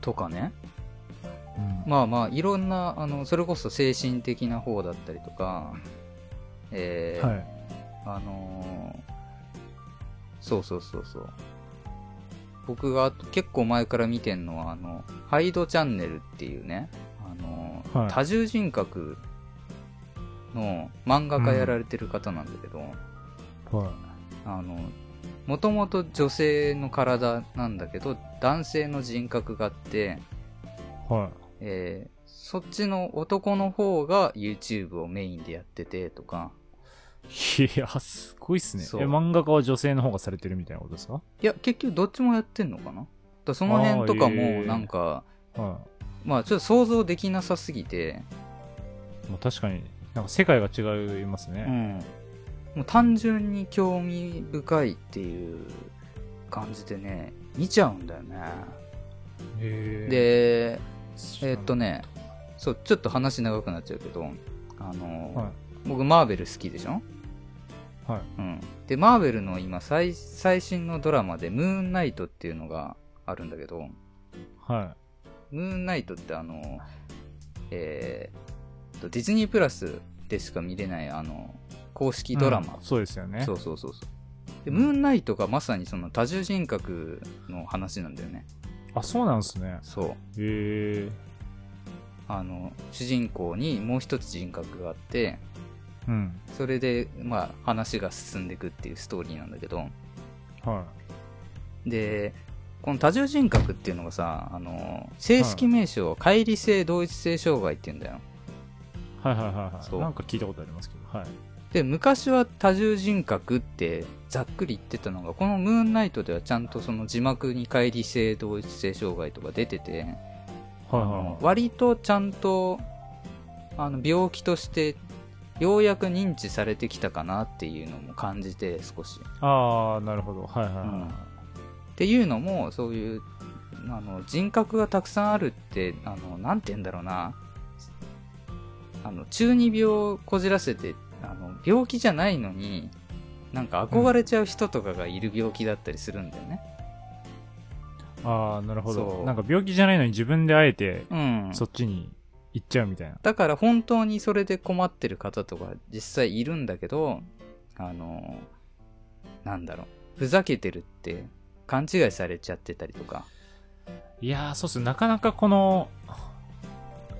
[SPEAKER 1] とかね。
[SPEAKER 2] うん。
[SPEAKER 1] まあまあ、いろんな、あの、それこそ精神的な方だったりとか、えー
[SPEAKER 2] はい。
[SPEAKER 1] あのーそうそうそうそう。僕が結構前から見てんのは、あの、ハイドチャンネルっていうね、あのー
[SPEAKER 2] はい
[SPEAKER 1] 多重人格の漫画家やられてる方なんだけど、
[SPEAKER 2] は
[SPEAKER 1] あの、もともと女性の体なんだけど、男性の人格があって、
[SPEAKER 2] い。はい。
[SPEAKER 1] えーそっちの男の方が YouTube をメインでやっててとか、
[SPEAKER 2] いや、すごいっすね。
[SPEAKER 1] そう
[SPEAKER 2] え、漫画家は女性の方がされてるみたいなことですか
[SPEAKER 1] いや、結局どっちもやってんのかなだからその辺とか
[SPEAKER 2] あーえ
[SPEAKER 1] も、
[SPEAKER 2] ー
[SPEAKER 1] なんか、
[SPEAKER 2] は
[SPEAKER 1] まあちょっと想像できなさすぎて、
[SPEAKER 2] い。もう確かに、なんか世界が違います
[SPEAKER 1] う
[SPEAKER 2] ね。
[SPEAKER 1] ん。もう単純に興味深いっていう感じでね、見ちゃうんだよね。
[SPEAKER 2] へ
[SPEAKER 1] で、
[SPEAKER 2] ー
[SPEAKER 1] えーっと、ね、そう、ちょっと話長くなっちゃうけど、あの、
[SPEAKER 2] は
[SPEAKER 1] 僕マーベル好きでしょ
[SPEAKER 2] い。はい。
[SPEAKER 1] うん。で、マーベルの今最、最新のドラマで、ムーンナイトっていうのがあるんだけど、
[SPEAKER 2] は
[SPEAKER 1] ムーンナイトってあの、えーと、ディズニープラスでしか見れない、あの、公
[SPEAKER 2] い。
[SPEAKER 1] 式ドラマ
[SPEAKER 2] うん。そうですよね。
[SPEAKER 1] そうそうそうそう。で、ムーンナイトがまさにその多重人格の話なんだよね。
[SPEAKER 2] あ、そうなんですね。
[SPEAKER 1] そう。
[SPEAKER 2] へえ。
[SPEAKER 1] あの、主人公にもう一つ人格があって、
[SPEAKER 2] うん。
[SPEAKER 1] それで、まあ、話が進んでいくっていうストーリーなんだけど、
[SPEAKER 2] は
[SPEAKER 1] で、この多重人格っていうのがさ、あの、正式名称は乖離性同一性障害って言うんだよ。
[SPEAKER 2] い。はいはいはいは
[SPEAKER 1] そう
[SPEAKER 2] い。なんか聞いたことありますけど。はい。
[SPEAKER 1] で、昔は多重人格ってざっくり言ってたのが、このムーンナイトではちゃんとその字幕に乖離性同一性障害とか出てて、
[SPEAKER 2] はい
[SPEAKER 1] あ
[SPEAKER 2] はい
[SPEAKER 1] の
[SPEAKER 2] はい。
[SPEAKER 1] 割とちゃんと、あの、病気として、ようやく認知されてきたかなっていうのも感じて、少し。
[SPEAKER 2] ああ、なるほど。はいはいはい
[SPEAKER 1] うんっていうのもそういうあの人格がたくさんあるってあのなんて言うんだろうなあの、中二病をこじらせて、あの、病気じゃないのに、なんか憧れちゃう人とかがいる病気だったりするんだよね。
[SPEAKER 2] ああ、なるほ
[SPEAKER 1] そ
[SPEAKER 2] ど。
[SPEAKER 1] う
[SPEAKER 2] なんか病気じゃないのに自分であえて、
[SPEAKER 1] うん。
[SPEAKER 2] そっちに行っちゃうみたいな。
[SPEAKER 1] だから本当にそれで困ってる方とか実際いるんだけど、あの、なんだろう、ふざけてるって勘違いされちゃってたりとか。
[SPEAKER 2] いやー、そうっす。なかなかこの、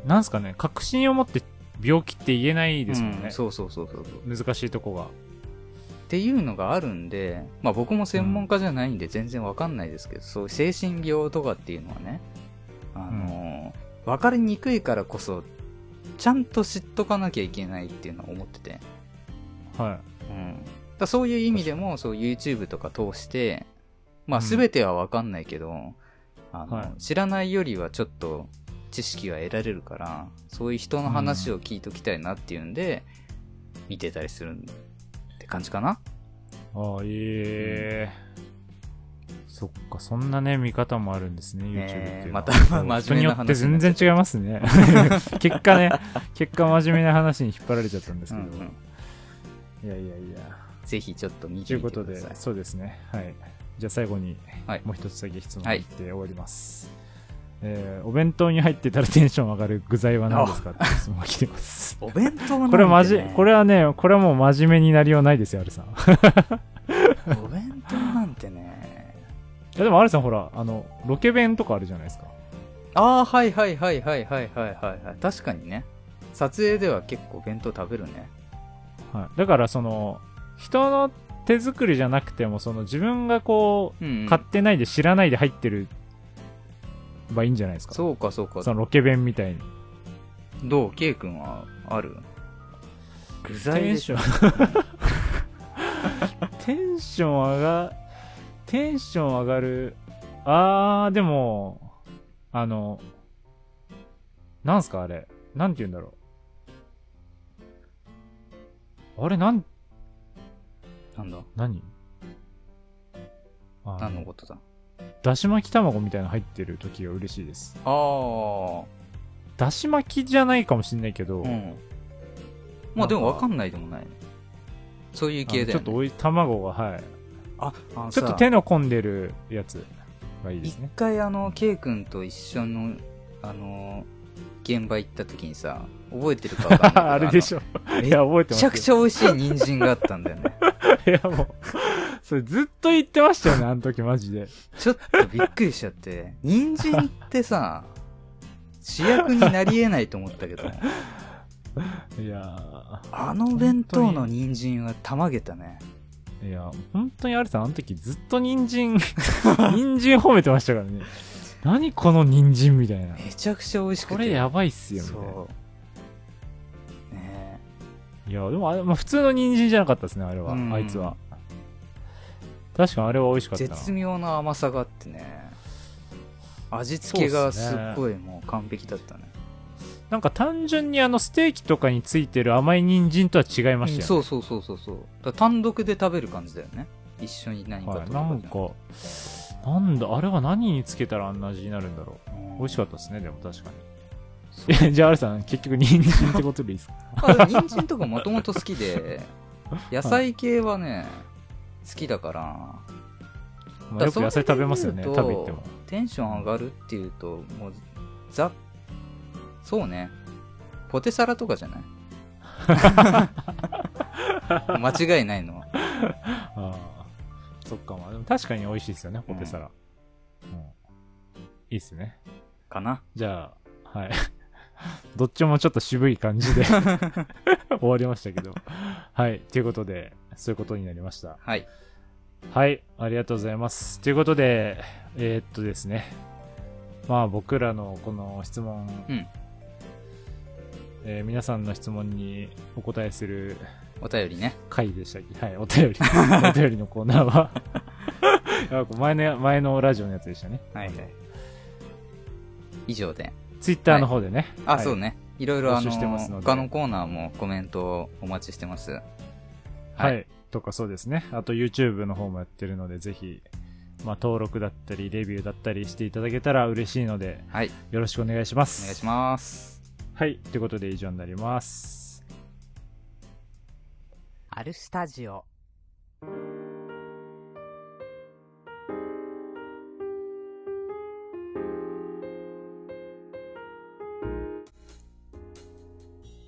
[SPEAKER 2] なんすかね、確信を持って病気って言えないですもん
[SPEAKER 1] う
[SPEAKER 2] ね
[SPEAKER 1] ん。そうそうそうそうそう。
[SPEAKER 2] 難しいとこ
[SPEAKER 1] っ
[SPEAKER 2] が。
[SPEAKER 1] ていうのがあるんで、まあ僕も専門家じゃないんで全然わかんないですけど、そういう精神病とかっていうのはね、あのー、わ、かりにくいからこそ、ちゃんと知っとかなきゃいけないっていうのは思ってて、
[SPEAKER 2] は
[SPEAKER 1] うん。だからそういう意味でも、そう YouTube とか通して、まあ全てはわかんないけど、あの
[SPEAKER 2] はい
[SPEAKER 1] 知らないよりはちょっと知識が得られるから、そういう人の話を聞いときたいなっていうんで、見てたりするって感じかな。
[SPEAKER 2] い。ああ、いえそっか、そんなね、見方もあるんですね、YouTube っていうのは
[SPEAKER 1] えーまた
[SPEAKER 2] そう
[SPEAKER 1] まあ
[SPEAKER 2] 人
[SPEAKER 1] 真
[SPEAKER 2] に
[SPEAKER 1] 面目
[SPEAKER 2] よ
[SPEAKER 1] な
[SPEAKER 2] って
[SPEAKER 1] 話
[SPEAKER 2] 全
[SPEAKER 1] にな
[SPEAKER 2] 然
[SPEAKER 1] っ
[SPEAKER 2] 違いますね。 結果ね、結果真面目な話に引っ張られちゃったんです
[SPEAKER 1] う
[SPEAKER 2] け
[SPEAKER 1] ん
[SPEAKER 2] ど。
[SPEAKER 1] うん
[SPEAKER 2] いやいやいや。
[SPEAKER 1] ぜひちょっと見
[SPEAKER 2] とい
[SPEAKER 1] て
[SPEAKER 2] う
[SPEAKER 1] み
[SPEAKER 2] こ
[SPEAKER 1] て
[SPEAKER 2] と
[SPEAKER 1] くだ
[SPEAKER 2] で
[SPEAKER 1] さい。、
[SPEAKER 2] そうですね。はい。じゃあ最後に、
[SPEAKER 1] はい
[SPEAKER 2] もう一つだけ質問
[SPEAKER 1] はい
[SPEAKER 2] して終わります。えーお弁当に入ってたらテンション上がる具材は何ですかっていう質問が来てます。
[SPEAKER 1] お弁当なんてね
[SPEAKER 2] これまじ、これはね、これはもう真面目になりようないですよ、アルさん。い
[SPEAKER 1] お弁当なんてね。
[SPEAKER 2] やでもアルさんほら、あの、ロケ弁とかあるじゃないですか。
[SPEAKER 1] ああ、はいはいはいはいはいはいはいはい。確かにね。撮影では結構弁当食べるね。
[SPEAKER 2] はい。だからその、人の手作りじゃなくても、その自分がこ
[SPEAKER 1] うんう
[SPEAKER 2] う、
[SPEAKER 1] ん
[SPEAKER 2] 買ってないで知らないで入ってる、ばいいんじゃないですか。
[SPEAKER 1] そうかそうか。
[SPEAKER 2] そのロケ弁みたいに。
[SPEAKER 1] どう ?K 君はある具材
[SPEAKER 2] テン
[SPEAKER 1] でし
[SPEAKER 2] シ
[SPEAKER 1] ょ。
[SPEAKER 2] ョン テンション上がテンション上がるあーでもあのなんすかあれなんて言うんだろうあれなん
[SPEAKER 1] なんだ
[SPEAKER 2] 何あ
[SPEAKER 1] 何のことだ
[SPEAKER 2] だし巻き卵みたいなの入ってる時が嬉しいです
[SPEAKER 1] ああ。
[SPEAKER 2] だし巻きじゃないかもしんないけど、
[SPEAKER 1] うん。まあでもわかんないでもないね。そういう
[SPEAKER 2] あの
[SPEAKER 1] 系だ
[SPEAKER 2] ち
[SPEAKER 1] よ
[SPEAKER 2] ょっ
[SPEAKER 1] ね。
[SPEAKER 2] とおい卵がはい
[SPEAKER 1] あ、あの
[SPEAKER 2] ちょっと
[SPEAKER 1] さ
[SPEAKER 2] 手の込んでるやつがいいで
[SPEAKER 1] 一
[SPEAKER 2] すね
[SPEAKER 1] 回あの K 君と一緒のあの現場行った時にさ覚えてるかわかんないけど
[SPEAKER 2] あれでし
[SPEAKER 1] ょ
[SPEAKER 2] ょ。いや、覚えて
[SPEAKER 1] め
[SPEAKER 2] ま
[SPEAKER 1] ち
[SPEAKER 2] す
[SPEAKER 1] ゃ
[SPEAKER 2] よ。
[SPEAKER 1] くちゃ美味しい人参があったんだよね
[SPEAKER 2] いや、もう、それずっと言ってましたよね、あの時マジで。
[SPEAKER 1] ちょっとびっくりしちゃって人参って さ主役になり得ないと思ったけどね
[SPEAKER 2] いや
[SPEAKER 1] あの弁当の人参はたまげたね
[SPEAKER 2] ー、いや、本当にあれさん、あの時ずっと 人参、人参褒めてましたからね。何この人参みたいな。
[SPEAKER 1] めちゃくちゃ美味しくて
[SPEAKER 2] これやばいっすよ、みたいな。
[SPEAKER 1] そうね
[SPEAKER 2] いや、でもあれ、まあ、普通の人参じゃなかったですね、あれは。
[SPEAKER 1] うん
[SPEAKER 2] あいつは。確かにあれは美味し
[SPEAKER 1] え
[SPEAKER 2] かったな。
[SPEAKER 1] 絶妙な甘さがあってね味付けがすっごいもう完璧だったね
[SPEAKER 2] なんか単純にあのステーキとかについてる甘い人参とは違いましたよね。
[SPEAKER 1] うんそうそうそうそうそうだから単独で食べる感じだよね一緒に何か
[SPEAKER 2] はい、
[SPEAKER 1] と
[SPEAKER 2] なん
[SPEAKER 1] じゃ
[SPEAKER 2] か
[SPEAKER 1] くて、
[SPEAKER 2] なんだ、あれは何につけたらあんな味になるんだろう。
[SPEAKER 1] うん
[SPEAKER 2] 美味しかったですね、でも確かに。 じゃあ、アルさん、結局、人参ってことでいいですか
[SPEAKER 1] あでも人参とかもともと好きで 野菜系はね好きだから
[SPEAKER 2] まあよく野菜食べますよね、
[SPEAKER 1] だ
[SPEAKER 2] 食
[SPEAKER 1] から
[SPEAKER 2] べ
[SPEAKER 1] それで言う
[SPEAKER 2] 行っ
[SPEAKER 1] と
[SPEAKER 2] ても。
[SPEAKER 1] テンション上がるっていうともうザそうねポテサラとかじゃない 間違いないのは
[SPEAKER 2] ああ。そっか、まあ、でも確かに美味しいですよね、ポテサラ。うんいいっすね。
[SPEAKER 1] かな
[SPEAKER 2] じゃあ、はい。 どっちもちょっと渋い感じで 終わりましたけど。はい。ということで、そういうことになりました。
[SPEAKER 1] はい
[SPEAKER 2] はい、ありがとうございます。ということで、えーっとですね、まあ僕らのこの質問、
[SPEAKER 1] うん
[SPEAKER 2] えー皆さんの質問にお答えする
[SPEAKER 1] お便りね
[SPEAKER 2] 回でしたっけはい、お便り。 お便りのコーナ ーはいや、前の、前のラジオのやつでしたね。
[SPEAKER 1] はいはい以上で
[SPEAKER 2] ツイッターの方でね。
[SPEAKER 1] あ、
[SPEAKER 2] はい
[SPEAKER 1] そうね。いろいろあ
[SPEAKER 2] 募集
[SPEAKER 1] の、
[SPEAKER 2] してますので
[SPEAKER 1] 他のコーナーもコメントをお待ちしてます。
[SPEAKER 2] は、
[SPEAKER 1] はいい
[SPEAKER 2] とかそうですね。あと YouTube の方もやってるので、ぜひ、まあ登録だったり、レビューだったりしていただけたら嬉しいので、
[SPEAKER 1] はい。
[SPEAKER 2] よろしくお願いします。
[SPEAKER 1] お願いします。
[SPEAKER 2] はいということで以上になります
[SPEAKER 5] あるスタジオ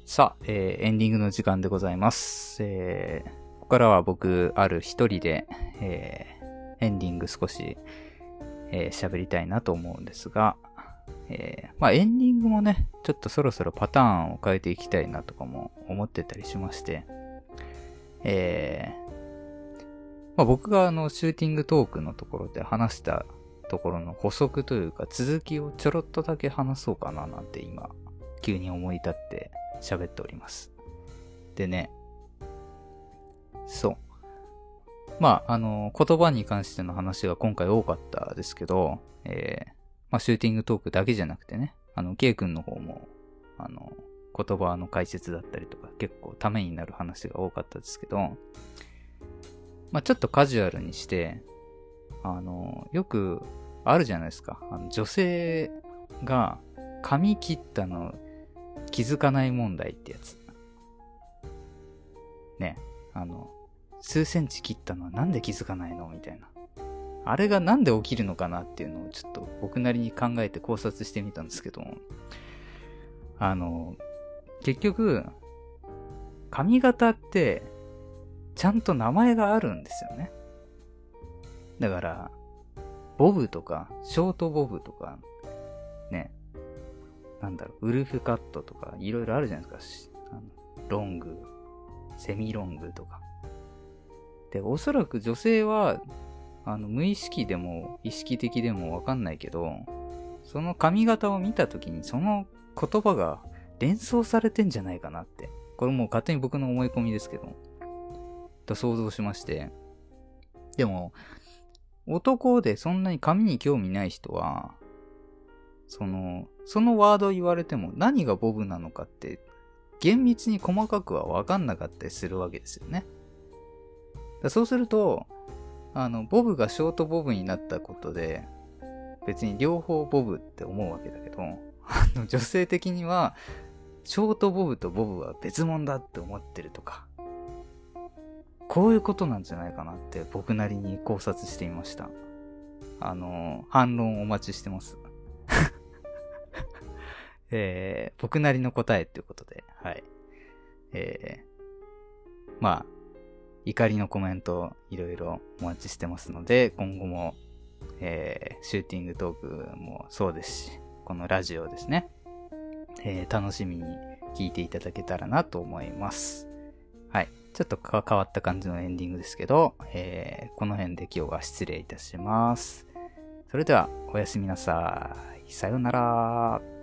[SPEAKER 1] さあ、えーエンディングの時間でございます。えーここからは僕、ある一人で、えーエンディング少し、えー喋りたいなと思うんですが、えーまあエンディングもね、ちょっとそろそろパターンを変えていきたいなとかも思ってたりしまして、えーまあ僕があの、シューティングトークのところで話したところの補足というか、続きをちょろっとだけ話そうかななんて今、急に思い立って喋っております。でね、そう。まあ、あの、言葉に関しての話が今回多かったですけど、えーまあ、シューティングトークだけじゃなくてね、あの、ケイ君の方も、あの、言葉の解説だったりとか、結構ためになる話が多かったですけど、まあ、ちょっとカジュアルにして、あの、よくあるじゃないですか。あの女性が髪切ったの気づかない問題ってやつ。ね、あの、数センチ切ったのはなんで気づかないのみたいな。あれがなんで起きるのかなっていうのをちょっと僕なりに考えて考察してみたんですけど、あの、結局、髪型って、ちゃんと名前があるんですよね。だから、ボブとか、ショートボブとか、ね、なんだろう、ウルフカットとか、いろいろあるじゃないですかし。あのロング、セミロングとか。で、おそらく女性は、あの、無意識でも意識的でもわかんないけど、その髪型を見たときにその言葉が連想されてんじゃないかなって。これもう勝手に僕の思い込みですけど、と想像しまして。でも、男でそんなに髪に興味ない人は、その、そのワード言われても何がボブなのかって、厳密に細かくは分かんなかったりするわけですよね。だそうすると、あの、ボブがショートボブになったことで、別に両方ボブって思うわけだけど、あの、女性的には、ショートボブとボブは別物だって思ってるとか、こういうことなんじゃないかなって僕なりに考察してみました。あの、反論お待ちしてます。 えー僕なりの答えということで、はい。えーまあ、怒りのコメントいろいろお待ちしてますので、今後も、えーシューティングトークもそうですし、このラジオですね、えー楽しみに聞いていただけたらなと思います。はい。ちょっとか変わった感じのエンディングですけど、えーこの辺で今日は失礼いたします。それでは、おやすみなさい。さようなら。